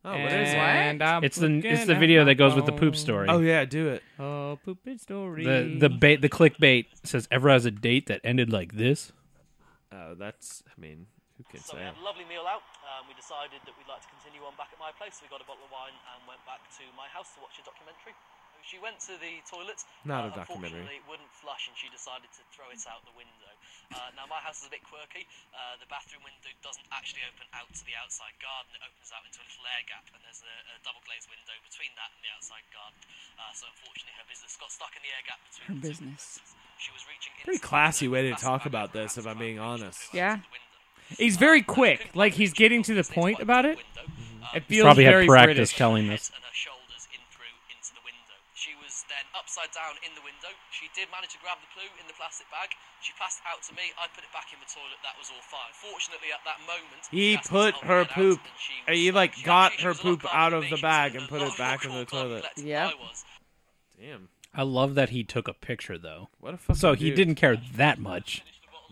Speaker 3: Oh, what is it?
Speaker 4: and I'm
Speaker 2: It's the
Speaker 4: looking
Speaker 2: it's the
Speaker 4: at
Speaker 2: video
Speaker 4: my
Speaker 2: that goes with the
Speaker 4: phone.
Speaker 2: poop story.
Speaker 3: Oh yeah, do it.
Speaker 4: Oh, pooping story.
Speaker 2: The the bait the clickbait says ever has a date that ended like this.
Speaker 3: Oh, that's. I mean, who can
Speaker 6: So
Speaker 3: say?
Speaker 6: we
Speaker 3: it?
Speaker 6: had a lovely meal out. Um, we decided that we'd like to continue on back at my place. We got a bottle of wine and went back to my house to watch a documentary. She went to the toilet.
Speaker 3: Not a
Speaker 6: uh,
Speaker 3: documentary.
Speaker 6: Unfortunately, it wouldn't flush, and she decided to throw it out the window. Uh, now my house is a bit quirky. Uh, the bathroom window doesn't actually open out to the outside garden. It opens out into a little air gap, and there's a, a double glazed window between that and the outside garden. Uh, so unfortunately, her business got stuck in the air gap between
Speaker 1: Her
Speaker 6: the two
Speaker 1: business.
Speaker 6: windows. She was reaching. into the
Speaker 3: Pretty classy way
Speaker 6: window, passed
Speaker 3: to talk
Speaker 6: by her
Speaker 3: about this,
Speaker 6: hand
Speaker 3: if I'm
Speaker 6: to
Speaker 3: being
Speaker 6: try and reach
Speaker 3: honest.
Speaker 6: the
Speaker 1: Yeah.
Speaker 6: window.
Speaker 4: he's very quick. Like he's getting to the point about it. It feels
Speaker 2: Probably
Speaker 4: very
Speaker 2: had practice
Speaker 4: British.
Speaker 2: telling this.
Speaker 6: And her shoulders in through into the window. She was then upside down in the window. She did manage to grab the poo in the plastic bag. She passed it out to me. I put it back in the toilet. That was all fine. Fortunately, at that moment,
Speaker 3: He
Speaker 6: she asked
Speaker 3: put
Speaker 6: us to
Speaker 3: her
Speaker 6: help
Speaker 3: poop-
Speaker 6: get out, and she was
Speaker 3: uh, he,
Speaker 6: fine.
Speaker 3: like,
Speaker 6: She
Speaker 3: got
Speaker 6: actually
Speaker 3: her
Speaker 6: was a lot
Speaker 3: poop
Speaker 6: calmer
Speaker 3: out
Speaker 6: than
Speaker 3: of
Speaker 6: me.
Speaker 3: the
Speaker 6: She
Speaker 3: bag
Speaker 6: was
Speaker 3: and
Speaker 6: a
Speaker 3: put it
Speaker 6: lot
Speaker 3: back in
Speaker 6: more
Speaker 3: the
Speaker 6: calm,
Speaker 3: toilet.
Speaker 6: collected than
Speaker 1: Yep.
Speaker 6: I was.
Speaker 3: Damn,
Speaker 2: I love that he took a picture though.
Speaker 3: what a fucking.
Speaker 2: So he
Speaker 3: dude.
Speaker 2: didn't care that much.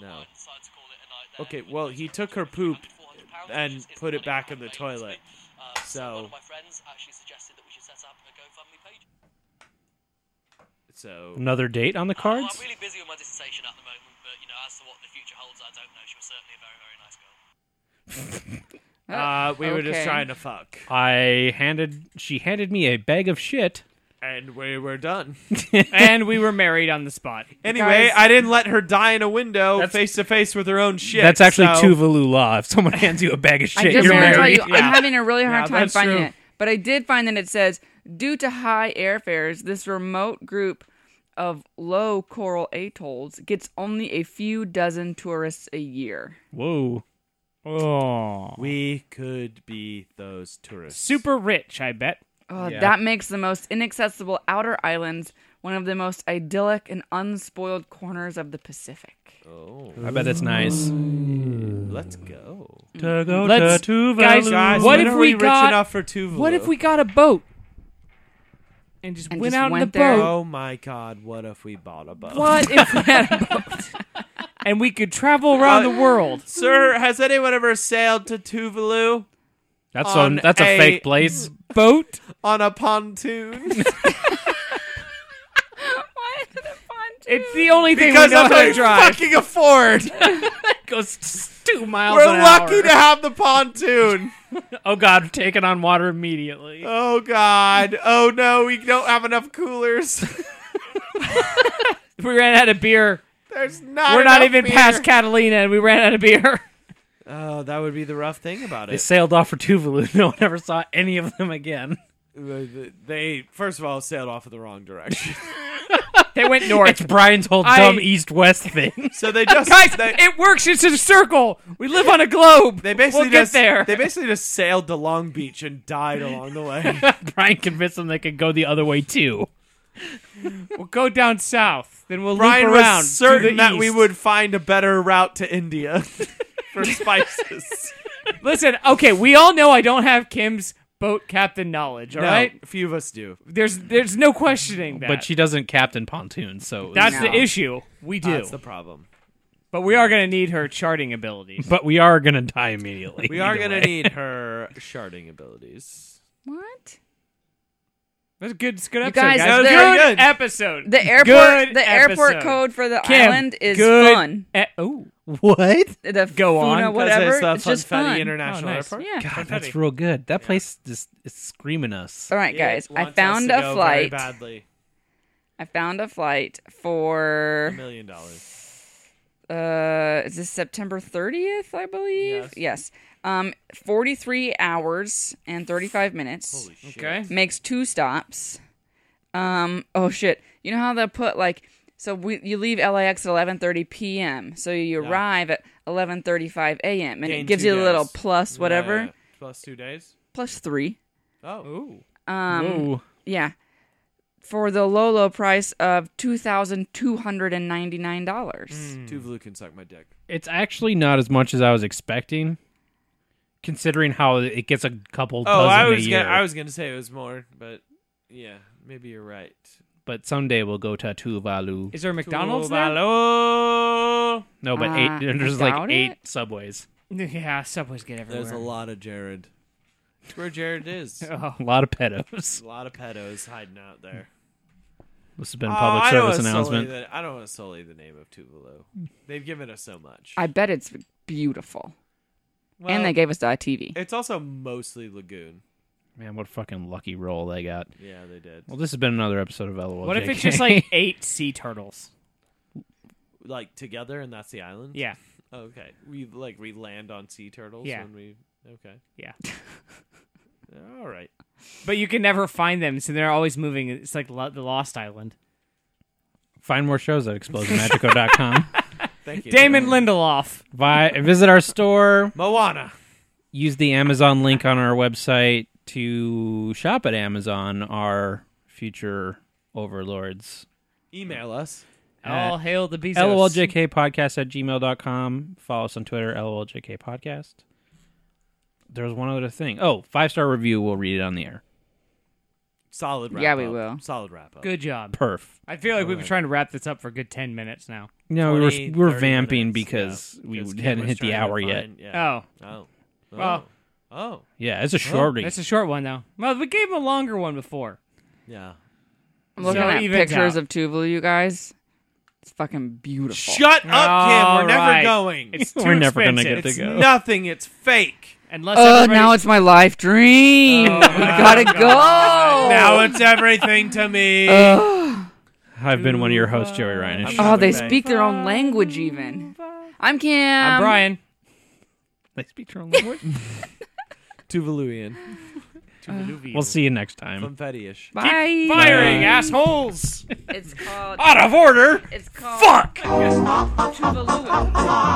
Speaker 3: No.
Speaker 6: Decided to call it a night there.
Speaker 3: Okay, well, he took her poop and put it back in the toilet.
Speaker 6: Uh,
Speaker 3: So-
Speaker 6: one of my friends actually suggested that we should set up a GoFundMe page.
Speaker 3: So
Speaker 2: Another date on the
Speaker 6: Uh, well,
Speaker 2: cards.
Speaker 6: I'm really busy with my dissertation at the moment, but you know, as to what the future holds, I don't know. She was certainly a very, very nice girl.
Speaker 3: uh, we were just
Speaker 1: Okay.
Speaker 3: trying to fuck,
Speaker 2: I handed she handed me a bag of shit.
Speaker 3: and we were done.
Speaker 4: and we were married on the spot.
Speaker 3: Anyway,
Speaker 1: Guys-
Speaker 3: I didn't let her die in a window face to face with her own shit.
Speaker 2: That's actually
Speaker 3: so-
Speaker 2: Tuvalu law. If someone hands you a bag of
Speaker 1: I
Speaker 2: shit,
Speaker 1: just
Speaker 2: you're
Speaker 1: want to
Speaker 2: married.
Speaker 1: tell you,
Speaker 3: Yeah.
Speaker 1: I'm having a really hard
Speaker 3: Yeah,
Speaker 1: time
Speaker 3: that's
Speaker 1: finding
Speaker 3: true.
Speaker 1: it. But I did find that it says, due to high airfares, this remote group of low coral atolls gets only a few dozen tourists a year.
Speaker 2: Whoa.
Speaker 4: Oh,
Speaker 3: We could be those tourists.
Speaker 4: super rich. I bet.
Speaker 1: Oh,
Speaker 2: Yeah.
Speaker 1: That makes the most inaccessible outer islands one of the most idyllic and unspoiled corners of the Pacific.
Speaker 3: Oh,
Speaker 2: I bet that's nice.
Speaker 3: let's go.
Speaker 4: Let's- guys,
Speaker 3: Guys,
Speaker 4: what
Speaker 3: when
Speaker 4: if
Speaker 3: are
Speaker 4: we
Speaker 3: rich
Speaker 4: got-
Speaker 3: enough for Tuvalu?
Speaker 4: What if we got a boat and just
Speaker 1: And
Speaker 4: went
Speaker 1: just
Speaker 4: out in the
Speaker 1: went there.
Speaker 4: boat?
Speaker 3: Oh my God! What if we bought a boat?
Speaker 4: What if we had a boat and we could travel around
Speaker 3: Uh,
Speaker 4: the world?
Speaker 3: Sir, has anyone ever sailed to Tuvalu
Speaker 2: That's
Speaker 3: On
Speaker 2: so, that's a,
Speaker 3: a-
Speaker 2: fake place.
Speaker 4: Boat?
Speaker 3: on a pontoon?
Speaker 1: Why is it fun
Speaker 4: It's the only thing
Speaker 3: because
Speaker 4: we know
Speaker 3: that's
Speaker 4: how
Speaker 3: what
Speaker 4: to
Speaker 3: we
Speaker 4: drive.
Speaker 3: fucking afford.
Speaker 2: Goes two miles.
Speaker 3: We're lucky to have the pontoon.
Speaker 2: Oh God, take it on water immediately.
Speaker 3: Oh God! Oh no, we don't have enough coolers.
Speaker 4: We ran out of beer.
Speaker 3: There's not.
Speaker 4: We're not
Speaker 3: enough
Speaker 4: even
Speaker 3: beer.
Speaker 4: past Catalina, and we ran out of beer.
Speaker 3: Oh, that would be the rough thing about
Speaker 2: They
Speaker 3: it.
Speaker 2: sailed off for Tuvalu. No one ever saw any of them again.
Speaker 3: They, they first of all sailed off in the wrong direction.
Speaker 4: They went north.
Speaker 2: It's Brian's whole
Speaker 4: I-
Speaker 2: dumb east-west thing.
Speaker 3: So they just
Speaker 4: Guys,
Speaker 3: they,
Speaker 4: it works. It's a circle. We live on a globe.
Speaker 3: they basically
Speaker 4: we'll
Speaker 3: just
Speaker 4: get there.
Speaker 3: They basically just sailed to Long Beach and died along the way.
Speaker 2: Brian convinced them they could go the other way too.
Speaker 4: We'll go down south, then we'll
Speaker 3: Brian
Speaker 4: loop around
Speaker 3: was
Speaker 4: to
Speaker 3: certain
Speaker 4: the
Speaker 3: that we
Speaker 4: east.
Speaker 3: would find a better route to India for spices.
Speaker 4: Listen, okay, we all know I don't have Kim's boat captain knowledge. All
Speaker 3: No,
Speaker 4: right,
Speaker 3: a few of us do.
Speaker 4: there's there's no questioning that.
Speaker 2: But she doesn't captain pontoons, so it was-
Speaker 4: that's
Speaker 1: No.
Speaker 4: the issue. We do,
Speaker 3: That's the problem.
Speaker 4: but we are gonna need her charting abilities.
Speaker 2: but we are gonna die immediately.
Speaker 3: We are
Speaker 2: either
Speaker 3: gonna
Speaker 2: way.
Speaker 3: need her sharding abilities.
Speaker 1: What?
Speaker 4: That's good. That's a good
Speaker 1: You
Speaker 4: episode,
Speaker 1: guys,
Speaker 4: Good,
Speaker 1: the-
Speaker 3: Good.
Speaker 4: episode.
Speaker 1: The airport.
Speaker 4: Good
Speaker 1: the airport
Speaker 4: episode.
Speaker 1: code for the
Speaker 4: Kim,
Speaker 1: island is
Speaker 4: good
Speaker 1: fun.
Speaker 4: e- oh,
Speaker 2: what?
Speaker 1: The
Speaker 4: Go on,
Speaker 1: Funa
Speaker 4: 'cause
Speaker 1: whatever.
Speaker 3: Because it's, uh,
Speaker 1: It's just
Speaker 3: Funfetti
Speaker 1: fun.
Speaker 3: International
Speaker 4: Oh, nice.
Speaker 3: Airport.
Speaker 1: Yeah.
Speaker 2: God,
Speaker 4: Confetti.
Speaker 2: that's real good. That place just is screaming us.
Speaker 1: All right, guys.
Speaker 3: It
Speaker 1: I
Speaker 3: wants us
Speaker 1: found
Speaker 3: to go
Speaker 1: a
Speaker 3: very
Speaker 1: flight.
Speaker 3: badly.
Speaker 1: I found a flight
Speaker 3: A
Speaker 1: for
Speaker 3: million dollars.
Speaker 1: uh is this September 30th, I believe?
Speaker 3: Yes.
Speaker 1: Um 43 hours and 35 minutes.
Speaker 3: Holy shit.
Speaker 4: okay.
Speaker 1: makes two stops. Um. Oh shit. You know how they put like so we you leave LAX at 11:30 p.m. So you arrive at 11:35 a.m. and
Speaker 3: Gain
Speaker 1: it gives
Speaker 3: two
Speaker 1: you a little
Speaker 3: days.
Speaker 1: plus whatever
Speaker 3: Yeah. Uh, Plus two days.
Speaker 1: plus three.
Speaker 3: Oh. Ooh.
Speaker 1: Um.
Speaker 2: Ooh.
Speaker 1: Yeah. For the low low price of two thousand two hundred and ninety nine dollars.
Speaker 4: Hmm.
Speaker 3: Two blue can suck my dick.
Speaker 2: It's actually not as much as I was expecting, considering how it gets a couple
Speaker 3: Oh,
Speaker 2: dozen
Speaker 3: I
Speaker 2: a
Speaker 3: was
Speaker 2: year.
Speaker 3: gonna, I was gonna say it was more, but yeah, maybe you're right.
Speaker 2: But someday we'll go to Tuvalu.
Speaker 4: Is there a McDonald's now?
Speaker 3: Tuvalu.
Speaker 2: No, but
Speaker 1: Uh,
Speaker 2: eight. There's
Speaker 1: I
Speaker 2: like
Speaker 1: doubt
Speaker 2: eight
Speaker 1: it.
Speaker 2: subways.
Speaker 4: Yeah, subways get everywhere. Oh.
Speaker 3: There's a lot of Jared. It's where Jared is. There's
Speaker 2: A lot of pedos.
Speaker 3: a lot of pedos hiding out there.
Speaker 2: This has been a
Speaker 3: Oh,
Speaker 2: public
Speaker 3: I don't
Speaker 2: service
Speaker 3: wanna sully
Speaker 2: announcement.
Speaker 3: the- I don't want to sully the name of Tuvalu. They've given us so much.
Speaker 1: I bet it's beautiful.
Speaker 3: Well,
Speaker 1: and they gave us the ITV.
Speaker 3: It's also mostly Lagoon.
Speaker 2: Man, what a fucking lucky roll they got.
Speaker 3: Yeah, they did.
Speaker 2: Well, this has been another episode of LOL.
Speaker 4: What if it's just like eight sea turtles?
Speaker 3: Like together, and that's the island. Oh,
Speaker 4: Yeah,
Speaker 3: Okay. We like we land on sea turtles.
Speaker 4: Yeah.
Speaker 3: When we okay.
Speaker 4: yeah.
Speaker 3: All right.
Speaker 4: But you can never find them, so they're always moving. It's like lo- the Lost Island.
Speaker 2: find more shows at explosionmagico.com?
Speaker 3: Thank you.
Speaker 4: Damon Lindelof.
Speaker 2: Vi- visit our store.
Speaker 3: Moana.
Speaker 2: use the Amazon link on our website to shop at Amazon, our future overlords.
Speaker 3: Email us.
Speaker 4: All hail the Bezos.
Speaker 2: LOLJK podcast at gmail.com. Follow us on Twitter, LOLJK podcast. There's one other thing. Oh, five star review. We'll read it on the air.
Speaker 3: Solid wrap
Speaker 1: Yeah, we
Speaker 3: up.
Speaker 1: will.
Speaker 3: Solid wrap up.
Speaker 4: Good job.
Speaker 2: Perf.
Speaker 4: I feel like we've been trying to wrap this up for a good ten minutes now.
Speaker 2: No, we were,
Speaker 3: 20,
Speaker 2: we were
Speaker 3: 30
Speaker 2: vamping
Speaker 3: minutes,
Speaker 2: because
Speaker 3: yeah,
Speaker 2: we
Speaker 3: 'cause Kim
Speaker 2: hadn't
Speaker 3: was
Speaker 2: hit the
Speaker 3: trying to
Speaker 2: hour yet.
Speaker 3: find- yeah.
Speaker 4: Oh,
Speaker 3: Oh. Oh.
Speaker 4: Well-
Speaker 3: oh.
Speaker 2: Yeah, it's a short read.
Speaker 4: that's a short one though. Well, we gave him a longer one before.
Speaker 3: Yeah.
Speaker 1: I'm looking
Speaker 4: So
Speaker 1: at
Speaker 4: evens
Speaker 1: pictures
Speaker 4: out.
Speaker 1: of Tuvalu, you guys. It's fucking beautiful.
Speaker 3: Shut up, Kim.
Speaker 4: All
Speaker 3: We're never
Speaker 4: right.
Speaker 3: going.
Speaker 4: It's too
Speaker 2: We're never gonna
Speaker 4: expensive.
Speaker 2: get
Speaker 3: It's
Speaker 2: to go.
Speaker 3: nothing. It's fake.
Speaker 4: Unless
Speaker 1: Oh,
Speaker 4: everybody-
Speaker 1: now it's my life dream. we
Speaker 4: Oh,
Speaker 1: gotta go.
Speaker 3: Now it's everything to me.
Speaker 2: I've been one of your hosts, Joey Reinish.
Speaker 1: oh, they
Speaker 3: Bang.
Speaker 1: speak their own language even. I'm Kim.
Speaker 4: I'm Brian.
Speaker 2: They speak your own language.
Speaker 3: Tuvaluian.
Speaker 2: we'll see you next time.
Speaker 3: Funfetti-ish.
Speaker 1: Bye.
Speaker 2: Uh,
Speaker 4: Firing assholes.
Speaker 1: It's called.
Speaker 4: Ah,
Speaker 2: Out of order.
Speaker 1: It's called. Fuck. Tuvalu.
Speaker 6: Oh.